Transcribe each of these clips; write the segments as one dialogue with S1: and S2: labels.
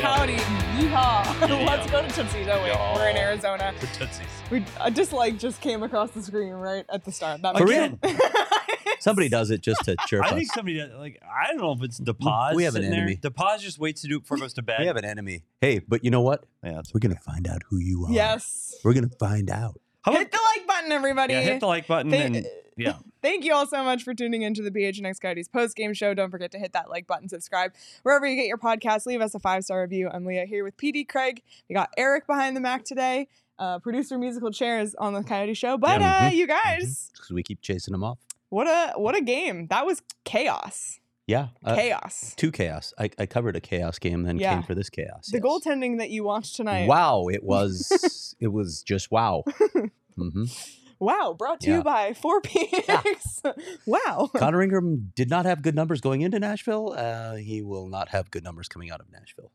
S1: County. Yeehaw.
S2: Yeehaw.
S1: Let's go to Tootsie. No, wait.
S2: Y'all.
S1: We're in Arizona.
S2: For Tootsies.
S1: We, a dislike just came across the screen right at the start. That
S3: For
S1: makes
S3: Somebody does it just to chirp
S2: I
S3: us.
S2: think somebody does, like I don't know if it's Depaz.
S3: We have an
S2: sitting there.
S3: enemy.
S2: Depaz just waits to do it before it goes to bed.
S3: We have an enemy. Hey, but you know what?
S2: Yeah, that's-
S3: We're gonna find out who you are.
S1: Yes.
S3: We're gonna find out.
S2: How about-
S1: Hit the uh, like button, everybody.
S2: yeah, hit the like button
S1: Thank-
S2: and yeah.
S1: Thank you all so much for tuning into the BHNX Coyotes post game show. Don't forget to hit that like button, subscribe wherever you get your podcast. Leave us a five star review. I'm Leah here with PD Craig. We got Eric behind the Mac today. Uh, producer musical chairs on the Coyote Show. But
S3: Yeah,
S2: mm-hmm.
S1: uh, you guys,
S3: Because we keep chasing them off.
S1: what a what a game! That was chaos,
S3: Yeah. uh,
S1: chaos.
S3: two chaos. I, I covered a chaos game, then
S1: Yeah.
S3: came for this chaos.
S1: The
S3: yes.
S1: goaltending that you watched tonight.
S3: Wow! It was it was just wow. hmm
S1: Wow, brought to
S3: Yeah.
S1: you by 4PX. wow.
S3: Connor Ingram did not have good numbers going into Nashville. Uh, he will not have good numbers coming out of Nashville.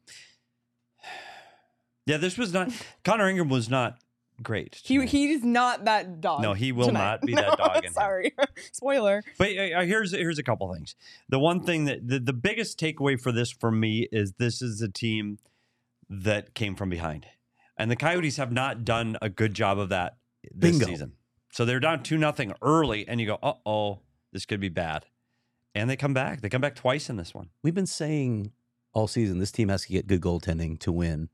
S2: Yeah, this was not Connor Ingram was not great.
S1: He
S2: tonight.
S1: he's not that dog.
S2: No, he will
S1: tonight.
S2: not be
S1: No,
S2: that dog in here.
S1: Sorry. Spoiler.
S2: But uh, uh, here's here's a couple things. The one thing that the, the biggest takeaway for this for me is this is a team that came from behind, and the Coyotes have not done a good job of that this
S3: Bingo.
S2: season. So they're down two nothing early, and you go, uh oh, this could be bad. And they come back. They come back twice in this one.
S3: We've been saying all season this team has to get good goaltending to win.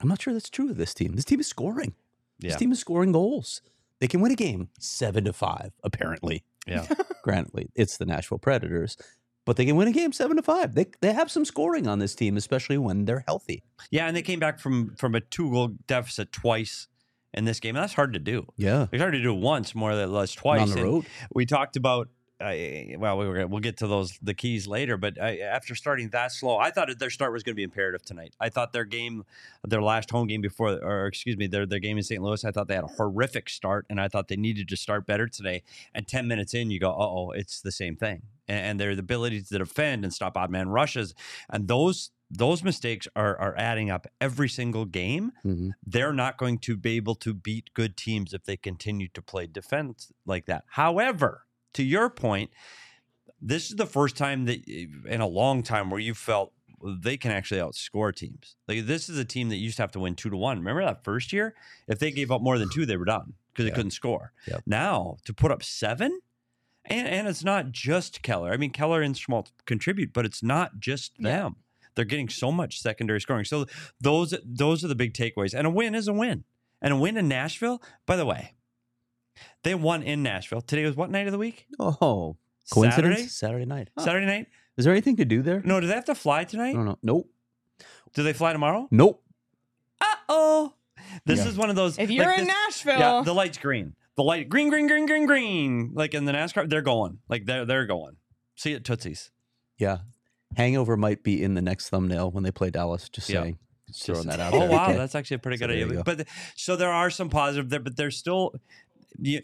S3: I'm not sure that's true of this team. This team is scoring.
S2: Yeah.
S3: This team is scoring goals. They can win a game seven to five, apparently.
S2: Yeah.
S3: Granted, it's the Nashville Predators, but they can win a game seven to five. They they have some scoring on this team, especially when they're healthy.
S2: Yeah, and they came back from from a two goal deficit twice in this game. And that's hard to do.
S3: Yeah.
S2: It's hard to do once more than less twice.
S3: On the
S2: And
S3: road.
S2: we talked about uh, well we were gonna, we'll get to those the keys later but I, after starting that slow i thought that their start was going to be imperative tonight i thought their game their last home game before or excuse me their, their game in st louis i thought they had a horrific start and i thought they needed to start better today and 10 minutes in you go uh-oh it's the same thing and, and their ability to defend and stop odd man rushes and those those mistakes are are adding up every single game
S3: Mhm.
S2: they're not going to be able to beat good teams if they continue to play defense like that. However, to your point, this is the first time that in a long time where you felt they can actually outscore teams. Like this is a team that used to have to win two to one. Remember that first year? If they gave up more than two, they were done because they
S3: Yeah.
S2: couldn't score.
S3: Yep.
S2: Now to put up seven, and, and it's not just Keller. I mean, Keller and Schmaltz contribute, but it's not just
S1: Yeah.
S2: them. They're getting so much secondary scoring. So those those are the big takeaways. And a win is a win. And a win in Nashville, by the way, they won in Nashville. Today was what night of the week?
S3: Oh, coincidence? Saturday,
S2: Saturday?
S3: night. Huh.
S2: Saturday night?
S3: Is there anything to do there?
S2: No, do they have to fly tonight?
S3: No, no. Nope.
S2: Do they fly tomorrow?
S3: Nope.
S2: Uh oh. This
S3: Yeah.
S2: is one of those.
S1: If you're
S2: like
S1: in
S2: this-
S1: Nashville,
S2: yeah, the light's green. The light green, green, green, green, green. Like in the NASCAR, they're going. Like they're they're going. See you at Tootsie's.
S3: Yeah. Hangover might be in the next thumbnail when they play Dallas. Just
S2: Yeah.
S3: saying. Just
S2: Just-
S3: throwing that out
S2: oh,
S3: there.
S2: wow,
S3: Okay.
S2: that's actually a pretty
S3: So
S2: good
S3: there you
S2: idea.
S3: go.
S2: But th- so there are some positive there, but there's still. You,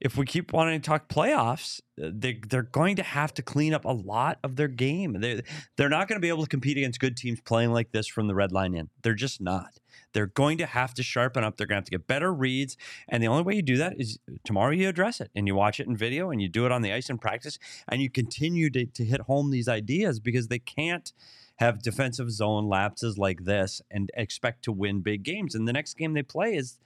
S2: if we keep wanting to talk playoffs, uh, they they're going to have to clean up a lot of their game. They they're not going to be able to compete against good teams playing like this from the red line in. They're just not. They're going to have to sharpen up. They're going to have to get better reads, and the only way you do that is tomorrow you address it and you watch it in video and you do it on the ice in practice and you continue to, to hit home these ideas because they can't have defensive zone lapses like this and expect to win big games. And the next game they play is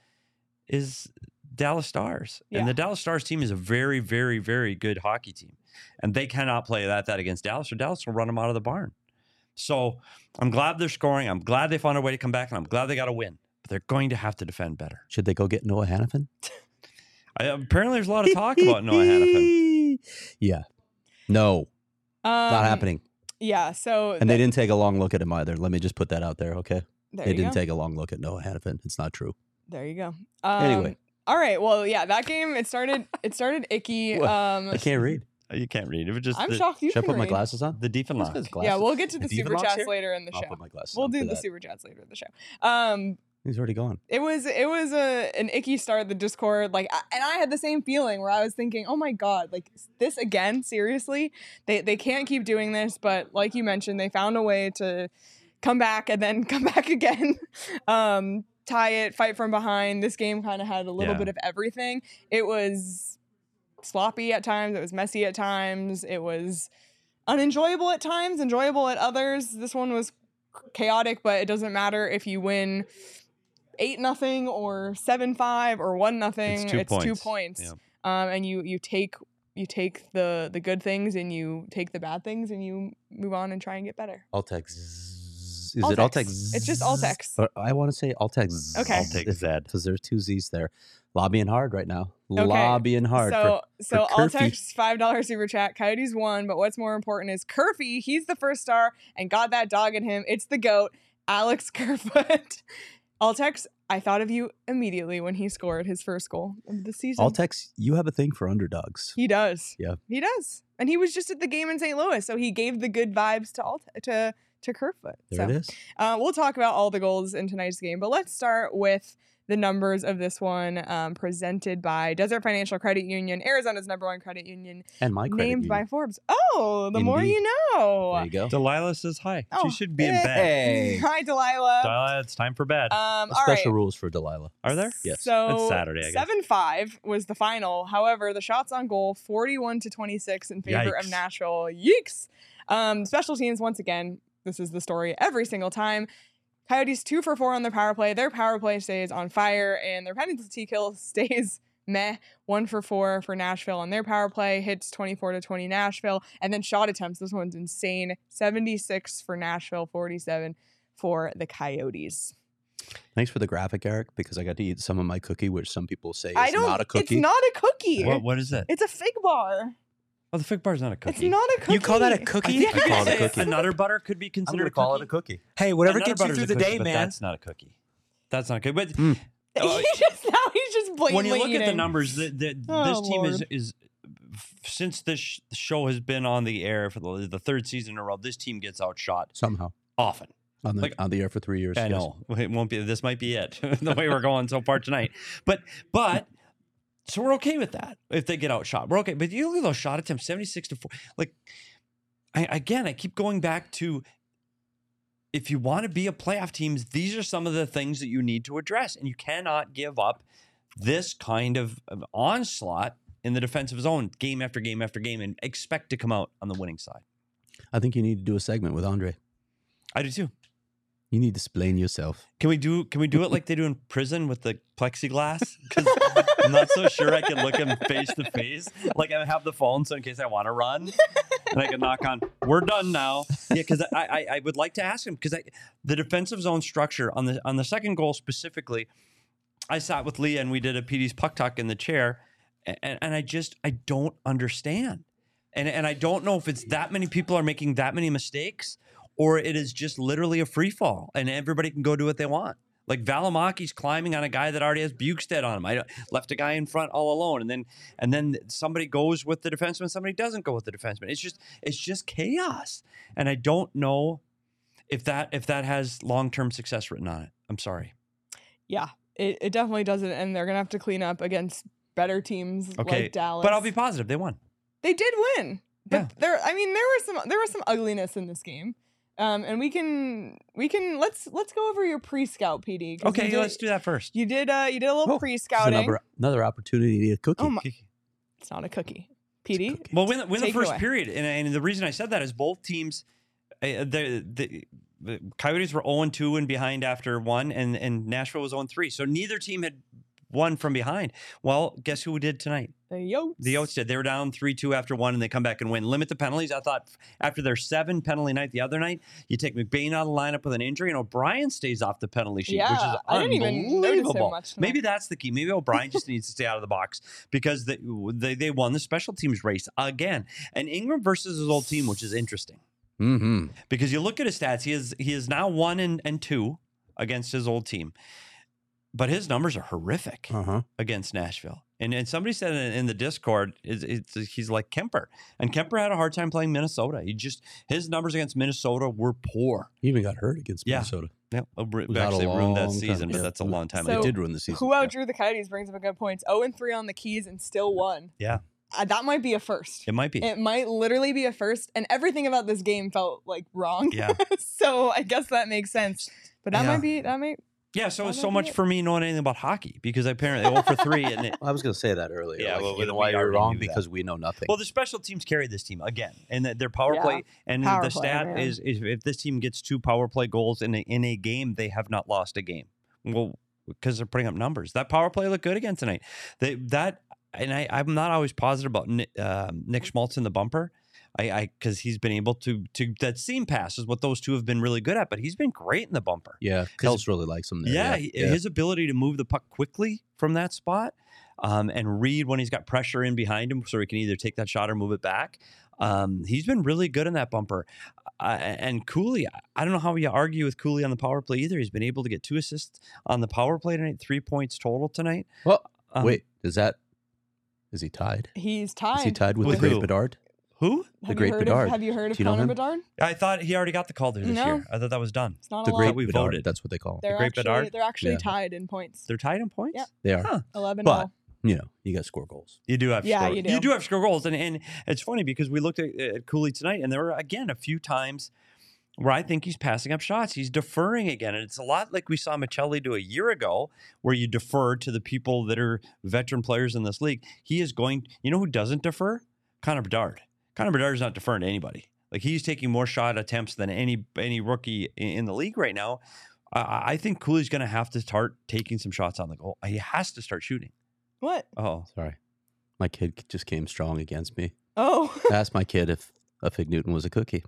S2: is Dallas Stars.
S1: Yeah.
S2: And the Dallas Stars team is a very, very, very good hockey team. And they cannot play that that against Dallas or Dallas will run them out of the barn. So I'm glad they're scoring. I'm glad they found a way to come back and I'm glad they got a win. But they're going to have to defend better.
S3: Should they go get Noah Hannafin?
S2: I, apparently there's a lot of talk about Noah Hannafin.
S3: Yeah. No, not
S1: Um,
S3: happening.
S1: Yeah, so
S3: And they didn't take a long look at him either. Let me just put that out there, okay?
S1: there
S3: they
S1: you
S3: didn't
S1: go.
S3: take a long look at Noah Hannafin. It's not true.
S1: there you go. Um,
S3: Anyway.
S1: All right. Well, yeah, that game it started it started icky.
S3: Well,
S1: Um
S3: I can't read.
S2: Uh, You can't read. It was just
S1: I'm
S2: the,
S1: shocked you
S3: Should I
S1: can
S3: put my
S1: read.
S3: glasses on?
S2: the deep and
S3: Let's
S2: lock.
S3: put his
S1: Yeah,
S3: glasses-
S1: we'll get to the
S3: Is Ethan
S1: super
S3: Locke's
S1: chats
S3: here?
S1: later in the
S3: I'll
S1: show.
S3: put my glasses
S1: We'll
S3: on
S1: do
S3: for
S1: the
S3: that.
S1: super chats later in the show. Um,
S3: He's already gone.
S1: it was it was a an icky start of the discord like I- and i had the same feeling where i was thinking oh my god like s- this again seriously they they can't keep doing this but like you mentioned they found a way to come back and then come back again um tie it fight from behind this game kind of had a little
S2: Yeah.
S1: bit of everything it was sloppy at times it was messy at times it was unenjoyable at times enjoyable at others this one was chaotic, but it doesn't matter if you win eight nothing or seven five or one nothing.
S2: It's two points. Yeah.
S1: Um, and you you take you take the the good things and you take the bad things and you move on and try and get better.
S3: Altex. Is it
S1: Altex.
S3: Altex?
S1: It's just Altex.
S3: Or I want to say Altex.
S1: Okay.
S2: Altex Zed.
S3: Because there's two Z's there. Lobbying hard right now.
S1: Okay.
S3: Lobbying hard. for-
S1: so so
S3: for Curfew.
S1: Altex five dollar super chat. Coyotes won, but what's more important is Curfy. He's the first star and got that dog in him. It's the goat, Alex Kerfoot. Altex, I thought of you immediately when he scored his first goal of the season.
S3: Altex, you have a thing for underdogs.
S1: He does.
S3: Yeah.
S1: He does. And he was just at the game in St. Louis, so he gave the good vibes to Alt- to to Kerfoot.
S3: There
S1: so
S3: it is.
S1: Uh, we'll talk about all the goals in tonight's game, but let's start with the numbers of this one um, presented by Desert Financial Credit Union, Arizona's number one credit union,
S3: And my credit
S1: named
S3: union.
S1: by Forbes. Oh, the more
S3: Indeed.
S1: you know.
S3: There you go.
S2: Delilah says hi.
S1: Oh,
S2: she should be in bed.
S3: Hey.
S1: Hi, Delilah.
S2: Delilah, it's time for bed.
S1: Um, all right.
S3: Special rules for Delilah.
S2: Are there?
S3: Yes.
S1: So
S2: It's Saturday, I guess.
S1: Seven five was the final. However, the shots on goal, forty-one to twenty-six in favor of
S2: Yikes.
S1: Nashville. Yeeks. Um, special teams once again. This is the story every single time. Coyotes two for four on their power play. Their power play stays on fire, and their penalty kill stays meh. One for four for Nashville on their power play hits twenty-four to twenty Nashville, and then shot attempts. This one's insane. Seventy-six for Nashville, forty-seven for the Coyotes.
S3: Thanks for the graphic, Eric, because I got to eat some of my cookie, which some people say is
S1: I don't.
S3: not a cookie.
S1: It's not a cookie.
S2: What, what is that?
S1: It's a fig bar.
S2: Oh, the fig bar is not a cookie.
S1: It's not a cookie.
S4: You call that a
S2: I
S4: cookie?
S2: think
S1: Yeah.
S2: you
S3: I
S2: could
S3: call it a
S2: say
S3: cookie.
S2: Another butter could be
S3: I'm
S2: considered
S3: gonna
S2: a
S3: call
S2: cookie.
S3: it a cookie.
S4: Hey, whatever
S2: Another
S4: gets you
S2: butter's
S4: through
S2: a
S4: the
S2: cookie,
S4: day,
S2: but
S4: man.
S2: That's not a cookie. That's not a cookie. But Oh,
S1: he just now he's just blatantly
S2: when you look at the
S1: eating.
S2: numbers, the, the,
S1: Oh,
S2: this team is
S1: Lord.
S2: is since this sh- show has been on the air for the, the third season in a row, this team gets outshot
S3: Somehow.
S2: often.
S3: On the,
S2: Like-
S3: on the air for three years.
S2: I
S3: yes.
S2: know it won't be. This might be it. the way we're going so far tonight, but but so we're okay with that. If they get outshot, we're okay. But you look at those shot attempts, seventy six to four. Like I, again, I keep going back to if you want to be a playoff team, these are some of the things that you need to address, and you cannot give up this kind of of onslaught in the defensive zone, game after game after game, and expect to come out on the winning side.
S3: I think you need to do a segment with Andre.
S2: I do too.
S3: You need to explain yourself.
S2: Can we do can we do it like they do in prison with the plexiglass? Because I'm not so sure I can look him face to face. Like I have the phone, so in case I want to run, and I can knock on. We're done now. Yeah, because I, I I would like to ask him because the defensive zone structure on the on the second goal specifically. I sat with Leah and we did a PD's puck talk in the chair, a- and, and I just I don't understand, and and I don't know if it's that many people are making that many mistakes, or it is just literally a free fall and everybody can go do what they want. Like Valimaki's climbing on a guy that already has Bukestead on him. I don't- left a guy in front all alone, and then and then somebody goes with the defenseman, somebody doesn't go with the defenseman. It's just it's just chaos, and I don't know if that if that has long term success written on it. I'm sorry.
S1: yeah, it, it definitely doesn't, and they're gonna have to clean up against better teams
S2: Okay,
S1: like Dallas.
S2: But I'll be positive. They won.
S1: they did win, but
S2: Yeah.
S1: there. I mean, there was some there was some ugliness in this game. Um, and we can we can let's let's go over your pre-scout PD. 'cause you
S2: Okay,
S1: did-
S2: let's do that first.
S1: You did uh you did a little
S3: Oh, It's
S1: pre-scouting.
S3: another, another opportunity to eat a cookie.
S1: Oh my- It's not a cookie, PD.
S3: cookie.
S2: Well, when, when the
S1: Take it
S2: first
S1: away.
S2: period, and, and the reason I said that is both teams, uh, the, the, the Coyotes were 0 2 and behind after one, and, and Nashville was 0 3. So neither team had won from behind. Well, guess who did tonight?
S1: The Yotes.
S2: The Oats did. They were down 3 2 after one, and they come back and win. Limit the penalties. I thought after their seven penalty night the other night, you take McBain out of the lineup with an injury, and O'Brien stays off the penalty sheet, which
S1: Yeah,
S2: is
S1: I didn't even notice him
S2: unbelievable.
S1: much tonight.
S2: Maybe that's the key. Maybe O'Brien just needs to stay out of the box because they, they, they won the special teams race again. And Ingram versus his old team, which is interesting
S3: Mm-hmm.
S2: because you look at his stats, he is he is now one and, and two against his old team, but his numbers are horrific
S3: Uh-huh.
S2: against Nashville. And and somebody said in, in the Discord, is it's, he's like Kemper, and Kemper had a hard time playing Minnesota. He just his numbers against Minnesota were poor.
S3: He even got hurt against
S2: Yeah.
S3: Minnesota.
S2: Yeah, uh, actually
S3: was out a
S2: ruined that
S3: long time
S2: season, but
S3: ago.
S2: that's a long time.
S1: So-
S2: ago.
S3: they did ruin the season.
S1: Who outdrew the Coyotes brings up a good point. 0 and 3 on the Keys and still won.
S2: Yeah.
S1: Uh, that might be a first.
S2: It might be.
S1: It might literally be a first. And everything about this game felt like wrong.
S2: yeah.
S1: so I guess that makes sense. But that
S2: Yeah.
S1: might be that might
S2: Yeah, so
S1: Why
S2: it's
S1: would
S2: so
S1: I do
S2: much
S1: it?
S2: for me knowing anything about hockey because apparently I went for three and it,
S3: I was going to say that earlier.
S2: Yeah,
S3: like,
S2: well,
S3: you
S2: we-
S3: know why
S2: we
S3: you're
S2: already
S3: wrong
S2: knew that.
S3: because we know nothing.
S2: Well, the special teams carry this team again, and that their power
S1: Yeah.
S2: play and
S1: Power
S2: the
S1: play,
S2: stat
S1: man.
S2: is, is if this team gets two power play goals in a, in a game, they have not lost a game. Well, because they're putting up numbers. That power play looked good again tonight. They, that and I, I'm not always positive about Nick, um Nick Schmaltz in the bumper. I, I, because he's been able to to that seam pass is what those two have been really good at, but he's been great in the bumper.
S3: yeah, Kels really likes him there.
S2: Yeah, he- his ability to move the puck quickly from that spot um, and read when he's got pressure in behind him, so he can either take that shot or move it back. Um, he's been really good in that bumper. Uh, and Cooley, I- I don't know how you argue with Cooley on the power play either. He's been able to get two assists on the power play tonight, three points total tonight.
S3: Well,
S2: Um,
S3: Wait, is that is he tied?
S1: He's
S3: Is he
S1: tied.
S3: tied with,
S2: With
S3: the great
S2: who?
S3: Bedard?
S2: who?
S1: Have
S3: the
S1: you
S3: great
S1: heard
S3: Bedard.
S1: Of, have you heard of
S3: Do you know
S1: Connor
S3: him?
S1: Bedard?
S2: I thought he already got the call there this
S1: No.
S2: year. I thought that was done.
S1: It's not
S3: The
S1: a
S3: great
S1: lot.
S2: we
S3: Bedard.
S2: voted.
S3: That's what they call him.
S1: Oh. They're
S2: great
S1: actually
S2: Bedard?
S1: they're actually
S3: Yeah.
S1: tied in points.
S2: They're tied in points.
S1: Yeah.
S3: They are.
S2: Huh.
S1: Eleven
S3: But-
S1: all.
S3: You know, you got to score goals.
S2: You do have
S1: Yeah,
S2: score.
S1: you do.
S2: have score goals, and and it's funny because we looked at, at Cooley tonight, and there were again a few times where I think he's passing up shots. He's deferring again, and it's a lot like we saw Michelli do a year ago, where you defer to the people that are veteran players in this league. He is going. You know who doesn't defer? Connor Bedard. Connor Bedard is not deferring to anybody. Like he's taking more shot attempts than any any rookie in, in the league right now. I- I, I think Cooley's going to have to start taking some shots on the goal. He has to start shooting.
S1: What?
S2: Oh,
S3: Sorry, my kid just came strong against me.
S1: Oh,
S3: I asked my kid if a fig Newton was a cookie.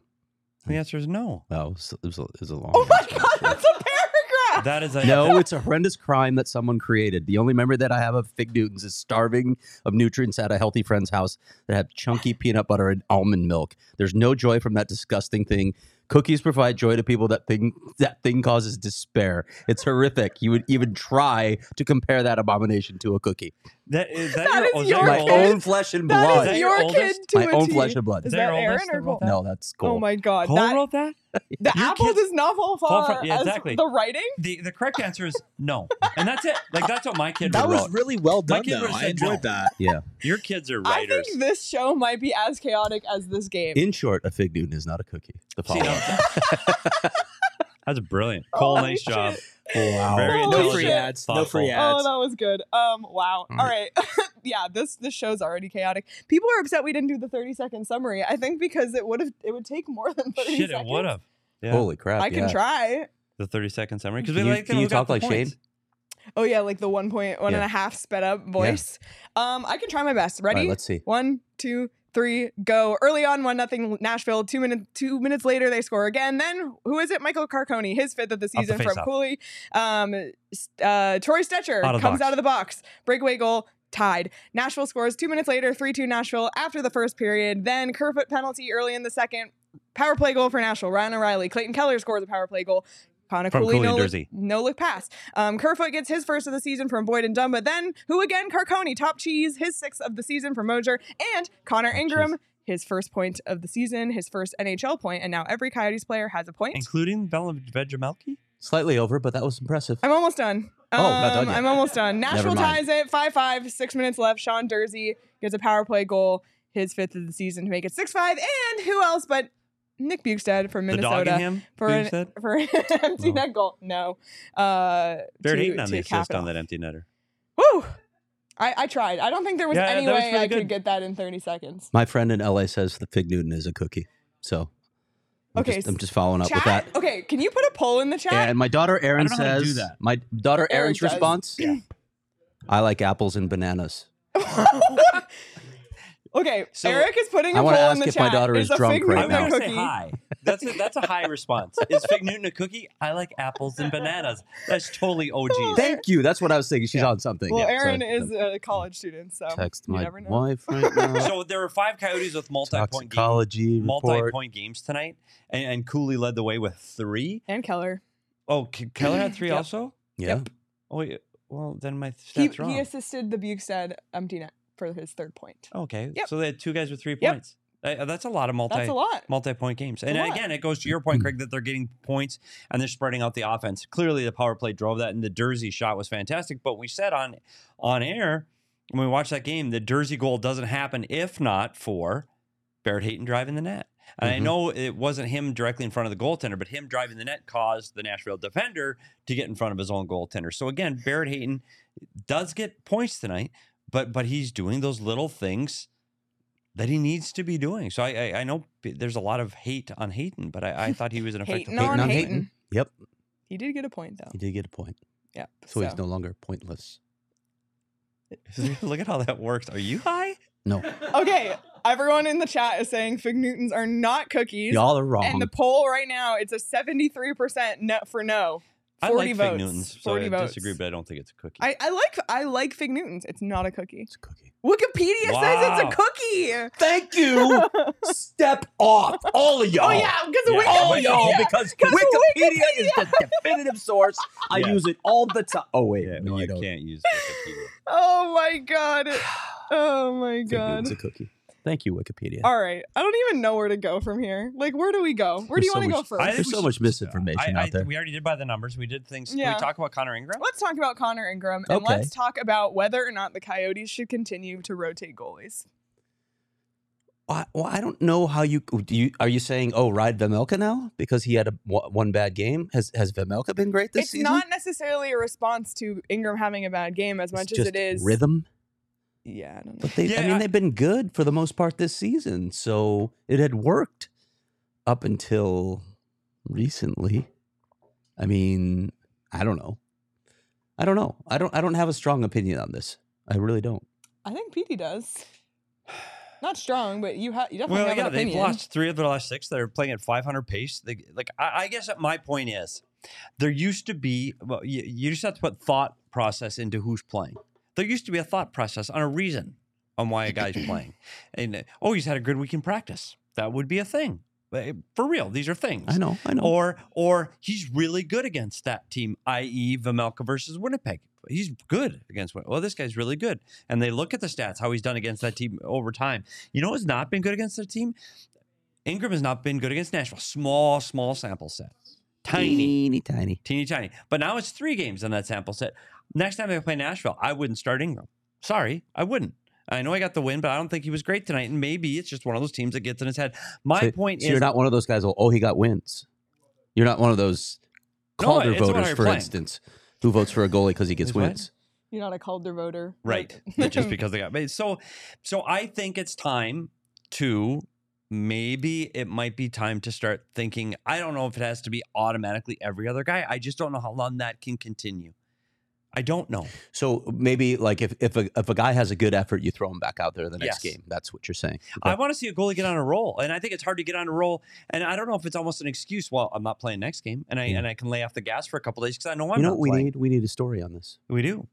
S2: the answer is no.
S3: Well, it was, it was, a, it was a long.
S1: oh my
S3: answer,
S1: God!
S3: actually.
S1: That's a paragraph.
S2: That is a
S3: No, it's a horrendous crime that someone created. The only memory that I have of Fig Newtons is starving of nutrients at a healthy friend's house that had chunky peanut butter and almond milk. There's no joy from that disgusting thing. Cookies provide joy to people. That thing, that thing causes despair. It's horrific. You would even try to compare that abomination to a cookie.
S2: that is that,
S1: That
S2: your,
S1: is
S2: oh, is
S1: your
S2: that
S3: My
S2: your
S1: kid.
S3: own flesh and
S1: That
S2: Is
S1: is
S3: blood.
S2: that your
S1: your kid
S2: oldest?
S1: to
S3: My
S1: a
S3: own
S1: T.
S3: flesh and blood.
S1: Is
S2: Is that
S1: that
S2: your
S1: Aaron
S2: oldest
S1: or
S2: that
S1: Cole?
S2: wrote that?
S3: No, that's cool.
S1: Oh my God!
S2: Cole
S1: that
S2: wrote that.
S1: the
S2: your
S1: apple
S2: kid-
S1: does not fall
S2: Fall
S1: far
S2: far- yeah,
S1: as
S2: exactly.
S1: the writing.
S2: The the correct answer is no, and that's it. Like that's what my kid
S4: That
S2: wrote.
S4: was really well
S2: My
S4: done.
S2: kid
S4: Though.
S2: would've
S4: I
S2: said
S4: enjoyed
S2: no.
S4: that.
S3: Yeah.
S2: your kids are
S1: I
S2: writers.
S1: think this show might be as chaotic as this game.
S3: In short, a Fig Newton is not a cookie. The
S2: See,
S3: follow-up.
S2: no. that's brilliant, Cole.
S1: Holy
S2: nice job.
S1: Oh, shit.
S4: Wow.
S2: Very
S4: no
S1: intelligent,
S4: free ads. No
S2: thoughtful.
S4: free
S1: Oh,
S4: ads.
S1: that was good. Um, wow.
S3: All
S2: Mm.
S1: All right. yeah, this this show's already chaotic. People are upset we didn't do the 30 second summary. I think because it would have it would take more than 30
S2: Shit, it
S1: seconds.
S2: would have. Yeah,
S3: Holy crap!
S1: I can
S3: yeah.
S1: try.
S2: the thirty second summary because we
S3: Can you-
S2: like to
S3: can you
S2: look up
S3: talk
S2: the
S3: like Shane?
S2: points.
S1: Oh yeah, like the one point one
S3: Yeah.
S1: and a half sped up voice. Um, I can try my best.
S3: All right,
S1: Ready?
S3: let's see.
S1: One, two, three, go. Early on, one nothing Nashville. Two minutes two minutes later they score again. Then who is it? Michael Carcone, his fifth of the
S2: Off the
S1: season from
S2: face-off.
S1: Cooley. Um s- uh Troy Stetcher
S2: Out of the
S1: comes
S2: box.
S1: out of the box. Breakaway goal. Tied. Nashville scores two minutes later, 3 2 Nashville after the first period. Then Kerfoot penalty early in the second. Power play goal for Nashville. Ryan O'Reilly. Clayton Keller scores a power play goal. Connor
S2: From
S1: Cooley,
S2: Cooley
S1: no,
S2: and
S1: look,
S2: Dursey.
S1: no look pass. Um, Kerfoot gets his first of the season from Boyd and Dumba. Then, who again? Carcone, top cheese, his sixth of the season from Mojer. And Connor
S3: cheese.
S1: Ingram, his first point of the season, his first NHL point, And now every Coyotes player has a point.
S2: including Bella Vegemelki.
S3: Slightly over, but that was impressive.
S1: I'm almost done.
S3: Oh, not done
S1: Um,
S3: yet.
S1: I'm almost done. Nashville ties
S3: mind.
S1: it 5 5, six minutes left. Sean Dursey gets a power play goal, his fifth of the season to make it 6 5. And who else but Nick Bukestad from
S2: The dog in
S1: Minnesota
S2: him.
S1: for
S2: who you
S1: an-
S2: said?
S1: for an empty
S3: Oh.
S1: net goal? No. Uh,
S2: Barrett
S1: to-
S2: Hayton on
S1: to
S2: the assist
S1: cap it
S2: on
S1: off.
S2: that empty netter.
S1: Woo! I, I tried. I don't think there was
S2: Yeah,
S1: any
S2: that was
S1: way
S2: really
S1: I
S2: good.
S1: could get that in 30 seconds.
S3: My friend in LA says the Fig Newton is a cookie. So I'm
S1: Okay,
S3: just,
S1: s-
S3: I'm just following up
S1: Chat?
S3: with that.
S1: Okay, can you put a poll in the chat?
S3: And my daughter Erin
S2: I don't know how to
S3: says
S2: do that.
S3: my daughter
S1: Eric
S3: Erin's
S1: does.
S3: response. I like apples and bananas.
S1: okay,
S2: So-
S1: Eric is putting
S3: I
S1: a
S3: wanna
S1: poll in
S3: ask
S1: the
S3: if my
S1: chat.
S3: daughter is
S1: a
S3: drunk
S1: fig
S3: right
S1: Newton
S3: now.
S2: I'm
S1: a
S2: gonna
S1: cookie?
S2: say hi. That's a, that's a high response. Is Fig Newton a cookie? I like apples and bananas. That's totally OG.
S3: Thank you. That's what I was thinking. She's
S2: Yeah.
S3: on something.
S1: Well,
S3: Yeah, so
S1: Aaron
S3: I-
S1: is a college student, so
S3: text
S1: you
S3: my
S1: never know.
S3: wife right now.
S2: So there were five coyotes with multi-point games,
S3: Toxicology report.
S2: multi-point games tonight, and, and Cooley led the way with three.
S1: and Keller.
S2: Oh, K- Keller had three
S1: Yep.
S2: also.
S3: Yeah.
S2: Oh, wait, well then my
S1: He,
S2: stats wrong.
S1: he assisted the Bukestad empty net for his third point.
S2: okay,
S1: Yep.
S2: so they had two guys with three
S1: Yep.
S2: points. Uh, that's a lot of multi.
S1: That's a lot.
S2: multi-point games. And
S1: a lot.
S2: again, it goes to your point, Craig, that they're getting points and they're spreading out the offense. Clearly, the power play drove that, and the Dersey shot was fantastic. But we said on on air when we watched that game, the Dersey goal doesn't happen if not for Barrett Hayton driving the net. And I
S3: Mhm.
S2: know it wasn't him directly in front of the goaltender, but him driving the net caused the Nashville defender to get in front of his own goaltender. So again, Barrett Hayton does get points tonight, but but he's doing those little things that he needs to be doing. So I I, I know p- there's a lot of hate on Hayton, but I, I thought he was an effective
S1: Hating
S2: player.
S1: on
S3: on
S1: Hayton.
S3: Hayton. Yep,
S1: He did get a point though.
S3: he did get a point,
S1: Yeah.
S3: so, he's no longer pointless.
S2: Look at how that works. Are you high?
S3: No,
S1: Okay, everyone in the chat is saying fig Newtons are not cookies.
S3: y'all are wrong.
S1: And the poll right now, it's a 73% no for no.
S2: I
S1: 40
S2: like
S1: votes.
S2: Fig Newtons, so
S1: 40
S2: I
S1: votes.
S2: disagree, but I don't think it's a cookie.
S1: I, I like I like fig Newtons. It's not a cookie.
S3: it's a cookie.
S1: Wikipedia says
S2: Wow.
S1: it's a cookie.
S3: Thank you. Step off, all of y'all.
S1: Oh yeah, because of
S2: Yeah.
S3: All
S1: Wikipedia.
S3: y'all, because Wikipedia, is the definitive source. I
S2: Yeah.
S3: use it all the time. Oh wait,
S2: yeah,
S3: no,
S2: you
S3: I don't.
S2: can't use Wikipedia.
S1: Oh my god. Oh my
S3: Fig
S1: god.
S3: Newton's a cookie. Thank you, Wikipedia.
S1: All right. I don't even know where to go from here. Like, where do we go? Where do
S3: There's
S1: you
S3: so
S1: want to go
S3: much-
S1: first?
S2: I think
S3: There's
S2: we
S3: so
S2: should-
S3: much misinformation
S2: I- I-
S3: out there.
S2: We already did by the numbers. We did things. Can
S1: Yeah.
S2: we talk about Connor Ingram?
S1: Let's talk about Connor Ingram and
S3: Okay.
S1: let's talk about whether or not the Coyotes should continue to rotate goalies.
S3: I, well, I don't know how you do. You are you saying, oh, ride Vemelka now because he had a one one bad game? Has has Vemelka been great this
S1: it's
S3: season?
S1: not necessarily a response to Ingram having a bad game as
S3: It's
S1: much as
S3: just
S1: it is
S3: rhythm.
S1: Yeah, I don't know.
S3: But they,
S2: Yeah,
S3: I mean,
S2: I-
S3: they've been good for the most part this season, so it had worked up until recently. I mean, I don't know. I don't know. I don't. I don't have a strong opinion on this. I really don't.
S1: I think Petey does. Not strong, but you have you definitely
S2: well,
S1: have
S2: yeah,
S1: an
S2: they've
S1: opinion.
S2: lost three of their last six. They're playing at 500 pace. They, like, I, I guess that my point is, there used to be. Well, you, you just have to put thought process into who's playing. There used to be a thought process on a reason on why a guy's playing, and uh, oh, he's had a good week in practice. That would be a thing. Uh, For real, these are things.
S3: I know. I know.
S2: Or or he's really good against that team, i.e. Vamelka versus Winnipeg. He's good against Winnipeg. Well, this guy's really good. And they look at the stats, how he's done against that team over time. You know what's not been good against their team? Ingram has not been good against Nashville. Small, small sample set. Tiny,
S3: teeny tiny.
S2: teeny tiny. But now it's three games on that sample set. Next time they play Nashville, I wouldn't start Ingram. Sorry, I wouldn't. I know I got the win, but I don't think he was great tonight. And maybe it's just one of those teams that gets in his head. My
S3: So-
S2: point
S3: so
S2: is
S3: you're not one of those guys. Well, oh, he got wins. You're not one of those
S2: No,
S3: Calder
S2: it's when
S3: voters,
S2: you're
S3: for
S2: playing.
S3: instance, who votes for a goalie because he gets
S2: Is what?
S3: wins.
S1: You're not a Calder voter.
S2: right
S1: Like-
S2: but just because they got made so so i think it's time to maybe it might be time to start thinking i don't know if it has to be automatically every other guy i just don't know how long that can continue i don't know
S3: So maybe like if if a, if a guy has a good effort, you throw him back out there the next
S2: Yes.
S3: game. That's what you're saying.
S2: i want to see a goalie get on a roll and i think it's hard to get on a roll and i don't know if it's almost an excuse well i'm not playing next game and i
S3: Yeah.
S2: and i can lay off the gas for a couple days because i know i'm
S3: you know
S2: not
S3: what we
S2: playing.
S3: need? We need a story on this.
S2: we do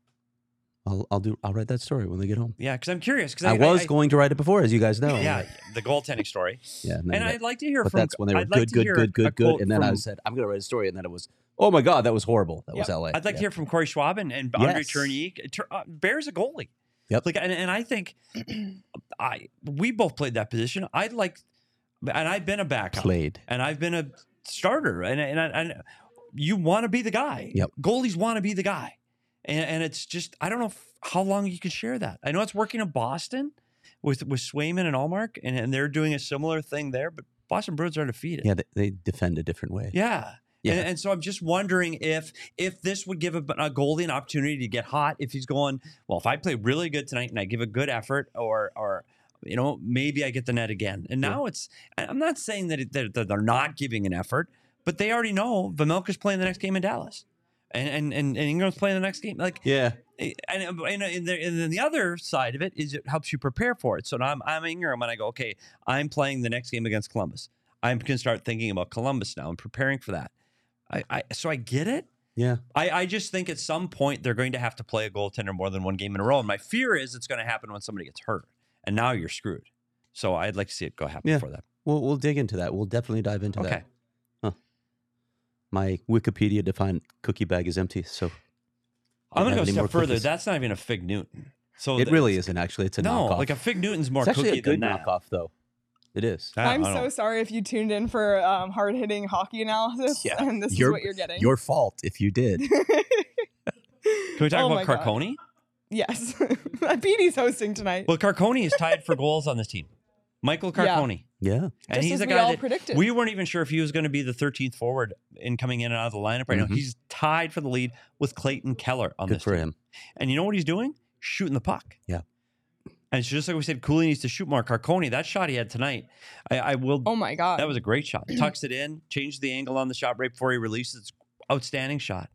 S3: I'll, I'll do. I'll write that story when they get home.
S2: yeah because i'm curious because
S3: I,
S2: I,
S3: was
S2: I-
S3: going to write it before, as you guys know.
S2: yeah the goaltending story
S3: yeah. no,
S2: and
S3: that-
S2: i'd like to hear
S3: but
S2: from
S3: that's when they were
S2: I'd
S3: good,
S2: like to
S3: good,
S2: hear a-
S3: good,
S2: a
S3: good,
S2: quote
S3: good, and then I
S2: from-
S3: said, "I'm gonna write a story," and then it was, "Oh my god, that was horrible. That was L.A."
S2: I'd like
S3: Yeah.
S2: to hear from Corey Schwab and, and Andre
S3: Yes.
S2: Tournier. Tur- uh, Bear's a goalie.
S3: Yep.
S2: Like, and, and I think I we both played that position. I'd like, and I've been a backup,
S3: played.
S2: and I've been a starter, and and, I- and you want to be the guy.
S3: Yep.
S2: Goalies want to be the guy, and, and it's just I don't know f- how long you can share that. I know it's working in Boston with with Swayman and Allmark, and, and they're doing a similar thing there, but Boston Bruins are defeated.
S3: Yeah, they, they defend a different way.
S2: Yeah.
S3: Yeah.
S2: And, and so I'm just wondering if if this would give a, a goalie an opportunity to get hot. If he's going, well, if I play really good tonight and I give a good effort, or or you know maybe I get the net again. And
S3: Yeah.
S2: now it's I- I'm not saying that, it, that that they're not giving an effort, but they already know Vamelka's playing the next game in Dallas, and and and, and Ingram's playing the next game. Like
S3: Yeah.
S2: Eh, and, uh, and, and, the, and then the other side of it is it helps you prepare for it. So now I'm, I'm Ingram and I go, okay, I'm playing the next game against Columbus. I can start thinking about Columbus now and preparing for that. I, I so I get it.
S3: Yeah.
S2: I, I just think at some point they're going to have to play a goaltender more than one game in a row. And my fear is it's going to happen when somebody gets hurt, and now you're screwed. So I'd like to see it go happen
S3: Yeah.
S2: before that.
S3: We'll we'll dig into that. We'll definitely dive into
S2: Okay.
S3: that. My Wikipedia defined cookie bag is empty, so
S2: I'm going
S3: Don't
S2: to
S3: have
S2: go a
S3: any more
S2: step further.
S3: cookies.
S2: That's not even a fig Newton. So
S3: it
S2: the-
S3: really isn't actually. It's a
S2: no,
S3: knockoff.
S2: like a fig Newton's more
S3: it's actually
S2: cookie
S3: a good
S2: than that.
S3: knockoff, though. It is.
S2: I- I
S1: I'm
S2: don't-
S1: so sorry if you tuned in for um, hard hitting hockey analysis
S3: Yeah,
S1: and this
S3: your-
S1: is what you're getting.
S3: Your fault if you did.
S2: Can we talk
S1: Oh my God.
S2: about Carcone?
S1: Yes. Petey's hosting tonight.
S2: Well, Carcone is tied for goals on this team. Michael
S1: Yeah.
S2: Carcone.
S3: Yeah.
S2: And
S1: Just
S2: he's
S1: as
S2: a
S1: we
S2: guy
S1: all
S2: that
S1: predicted.
S2: we weren't even sure if he was going to be the 13th forward in coming in and out of the lineup right
S3: Mhm.
S2: now. He's tied for the lead with Clayton Keller on
S3: Good
S2: this.
S3: for
S2: team.
S3: him.
S2: And you know what he's doing? Shooting the puck.
S3: Yeah.
S2: And it's just like we said, Cooley needs to shoot more. Carcone, that shot he had tonight, I, I will.
S1: oh my god.
S2: That was a great shot. Tucks it in, changed the angle on the shot right before he releases. It's Outstanding shot.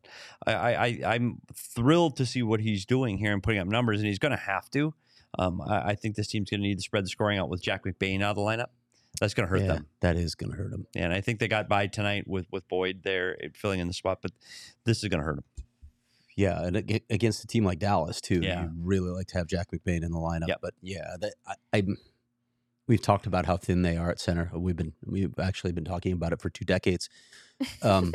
S2: I, I, I I'm thrilled to see what he's doing here and putting up numbers, and he's going to have to. Um, I, I think this team's going to need to spread the scoring out with Jack McBain out of the lineup. That's going to hurt
S3: Yeah,
S2: them.
S3: That is going to hurt him.
S2: And I think they got by tonight with with Boyd there eh, filling in the spot, but this is going to hurt him.
S3: Yeah, and ag- against a team like Dallas too,
S2: Yeah.
S3: you really like to have Jack McBain in the lineup.
S2: Yep.
S3: But yeah, that I, I we've talked about how thin they are at center. We've been we've actually been talking about it for two decades. Um,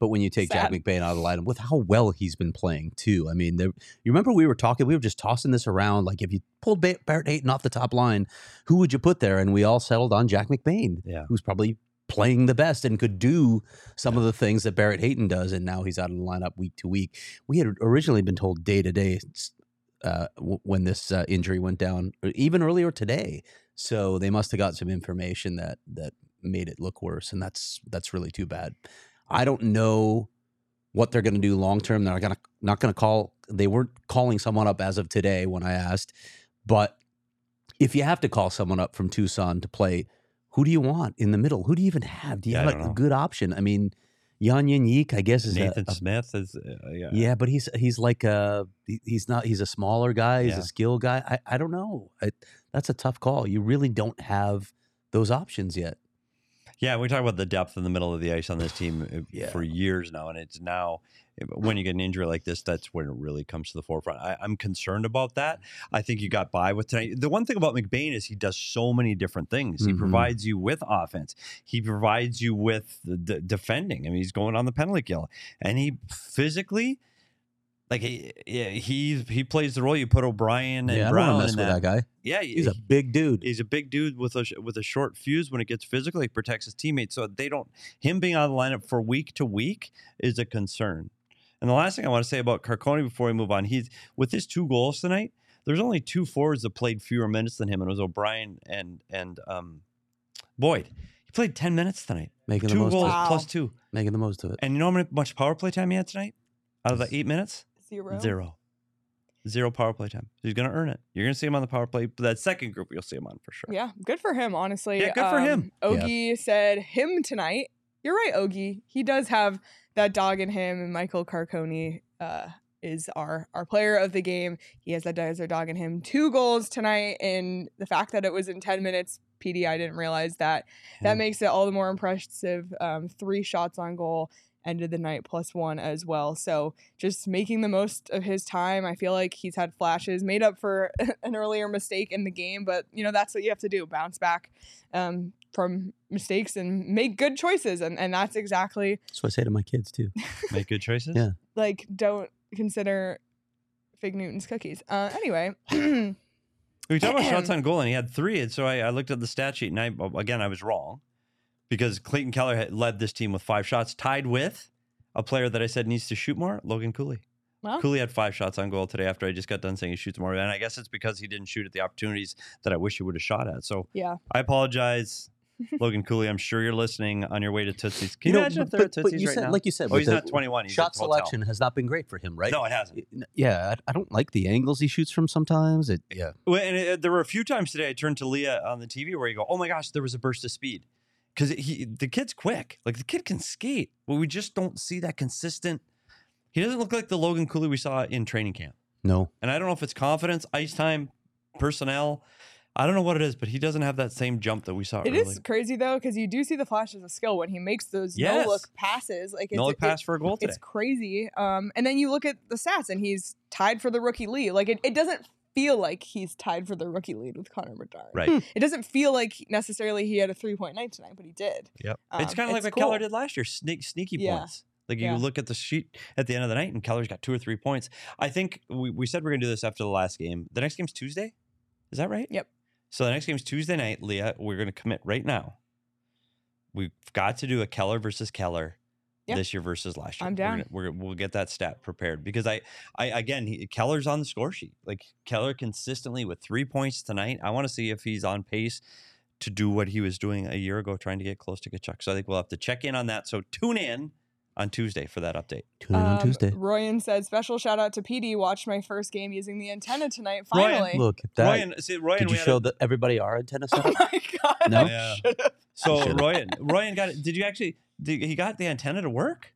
S3: but when you take
S1: Sad.
S3: Jack McBain out of the lineup, with how well he's been playing too, I mean, there, you remember we were talking, we were just tossing this around. Like if you pulled ba- Barrett Hayton off the top line, who would you put there? And we all settled on Jack McBain,
S2: Yeah.
S3: who's probably playing the best and could do some of the things that Barrett Hayton does, and now he's out of the lineup week to week. We had originally been told day to day uh, w- when this uh, injury went down, or even earlier today. So they must have got some information that that made it look worse, and that's that's really too bad. I don't know what they're going to do long term. They're not going to not going to call. They weren't calling someone up as of today when I asked, but if you have to call someone up from Tucson to play, who do you want in the middle? Who do you even have? Do you
S2: Yeah, I
S3: have
S2: don't
S3: a
S2: know.
S3: good option? I mean, Yan Yin Yeek, I guess, is a-
S2: Nathan
S3: a
S2: Smith is uh, yeah.
S3: yeah, but he's he's like uh he- he's not he's a smaller guy, he's
S2: Yeah.
S3: a skill guy. I, I don't know. I, that's a tough call. You really don't have those options yet.
S2: Yeah, we talk about the depth in the middle of the ice on this team eh,
S3: Yeah.
S2: for years now, and it's now eh, when you get an injury like this, that's when it really comes to the forefront. I, I'm concerned about that. I think you got by with tonight. The one thing about McBain is he does so many different things. He
S3: Mhm.
S2: provides you with offense. He provides you with the, the defending. I mean, he's going on the penalty kill, and he physically. Like he, yeah, he he plays the role you put O'Brien and
S3: yeah, I don't
S2: Brown
S3: wanna mess
S2: in
S3: with that guy.
S2: Yeah,
S3: He's a big dude.
S2: he's a big dude with a sh- with a short fuse when it gets physical he protects his teammates so they don't him being out of the lineup for week to week is a concern and the last thing i want to say about carcone before we move on he's with his two goals tonight there's only two forwards that played fewer minutes than him and it was o'brien and and um boyd he played 10 minutes tonight
S3: Making the
S2: two
S3: most
S2: goals
S3: of it.
S1: Wow.
S2: plus two
S3: Making the most of it.
S2: and you know how much power play time he had tonight out of the eight minutes
S1: zero.
S2: Zero. Zero power play time. He's going to earn it. You're going to see him on the power play. But that second group, you'll see him on for sure.
S1: Yeah, good for him. Honestly,
S2: Yeah, good for him.
S3: Yeah.
S1: um, Ogie said him tonight. You're right, Ogie. He does have that dog in him, and Michael Carcone uh, is our our player of the game. He has that desert dog in him. Two goals tonight, and the fact that it was in ten minutes. PD, I didn't realize that.
S2: Yeah.
S1: That makes it all the more impressive. Um, three shots on goal ended the night plus one as well. So just making the most of his time. I feel like he's had flashes, made up for an earlier mistake in the game, but you know that's what you have to do: bounce back um, from mistakes and make good choices. And and that's exactly
S3: That's what I say to my kids too.
S2: Make good choices.
S3: Yeah.
S1: like don't consider Fig Newton's cookies. Uh, anyway.
S2: We talked about shots on goal, and he had three. And so I, I looked at the stat sheet, and I again I was wrong because Clayton Keller had led this team with five shots, tied with a player that I said needs to shoot more, Logan Cooley.
S1: Well,
S2: Cooley had five shots on goal today after I just got done saying he shoots more. And I guess it's because he didn't shoot at the opportunities that I wish he would have shot at. So
S1: Yeah.
S2: I apologize, Logan Cooley. I'm sure you're listening on your way to Tootsie's. Can you,
S3: know,
S2: imagine
S3: but-
S2: if they're at
S3: but- but
S2: Tootsie's
S3: you
S2: right
S3: said,
S2: now?
S3: Like you said,
S2: oh,
S3: with
S2: he's
S3: the
S2: not 21. He's at
S3: shot
S2: the hotel.
S3: selection has not been great for him, right?
S2: No, it hasn't.
S3: Yeah, I, I don't like the angles he shoots from sometimes. It, yeah,
S2: Well, and it, there were a few times today I turned to Leah on the TV where you go, "Oh my gosh, there was a burst of speed," because he the kid's quick. Like the kid can skate, but we just don't see that consistent. He doesn't look like the Logan Cooley we saw in training camp.
S3: no,
S2: And I don't know if it's confidence, ice time, personnel. I don't know what it is, but he doesn't have that same jump that we saw.
S1: it
S2: early.
S1: is crazy though because you do see the flashes of skill when he makes those
S2: Yes.
S1: no look passes. Like it's,
S2: no look
S1: it-
S2: pass for a goal today.
S1: it's crazy. Um, and then you look at the stats, and he's tied for the rookie lead. Like it, it doesn't feel like he's tied for the rookie lead with Connor McDarn.
S2: Right. Hmm.
S1: It doesn't feel like necessarily he had a three point night tonight, but he did.
S2: Yep.
S1: Um,
S2: it's kind of like what
S1: cool.
S2: Keller did last year, sneak, sneaky
S1: Yeah.
S2: points. Like you
S1: Yeah.
S2: look at the sheet at the end of the night, and Keller's got two or three points. I think we, we said we're going to do this after the last game. The next game's Tuesday. Is that right?
S1: Yep.
S2: So the next game's Tuesday night, Leah. We're going to commit right now. We've got to do a Keller versus Keller
S1: Yeah.
S2: this year versus last year.
S1: I'm
S2: We're
S1: down.
S2: gonna- We're, we'll get that stat prepared because I, I again, he, Keller's on the score sheet. Like Keller consistently with three points tonight. I want to see if he's on pace to do what he was doing a year ago, trying to get close to Kachuk. So I think we'll have to check in on that. So tune in on Tuesday for that update.
S3: Tune in on
S1: Um,
S3: Tuesday.
S1: Royan said, "Special shout out to PD. Watched my first game using the antenna tonight. Finally,
S3: Look at that.
S2: Royan, see, Royan,
S3: Did
S2: we
S3: you
S2: had a-
S3: show that everybody are in tennis?
S1: oh my god!
S3: No?
S1: I
S2: Yeah.
S1: should've.
S2: so
S3: Should've.
S2: Royan, Royan got it. Did you actually? Did, he got the antenna to work.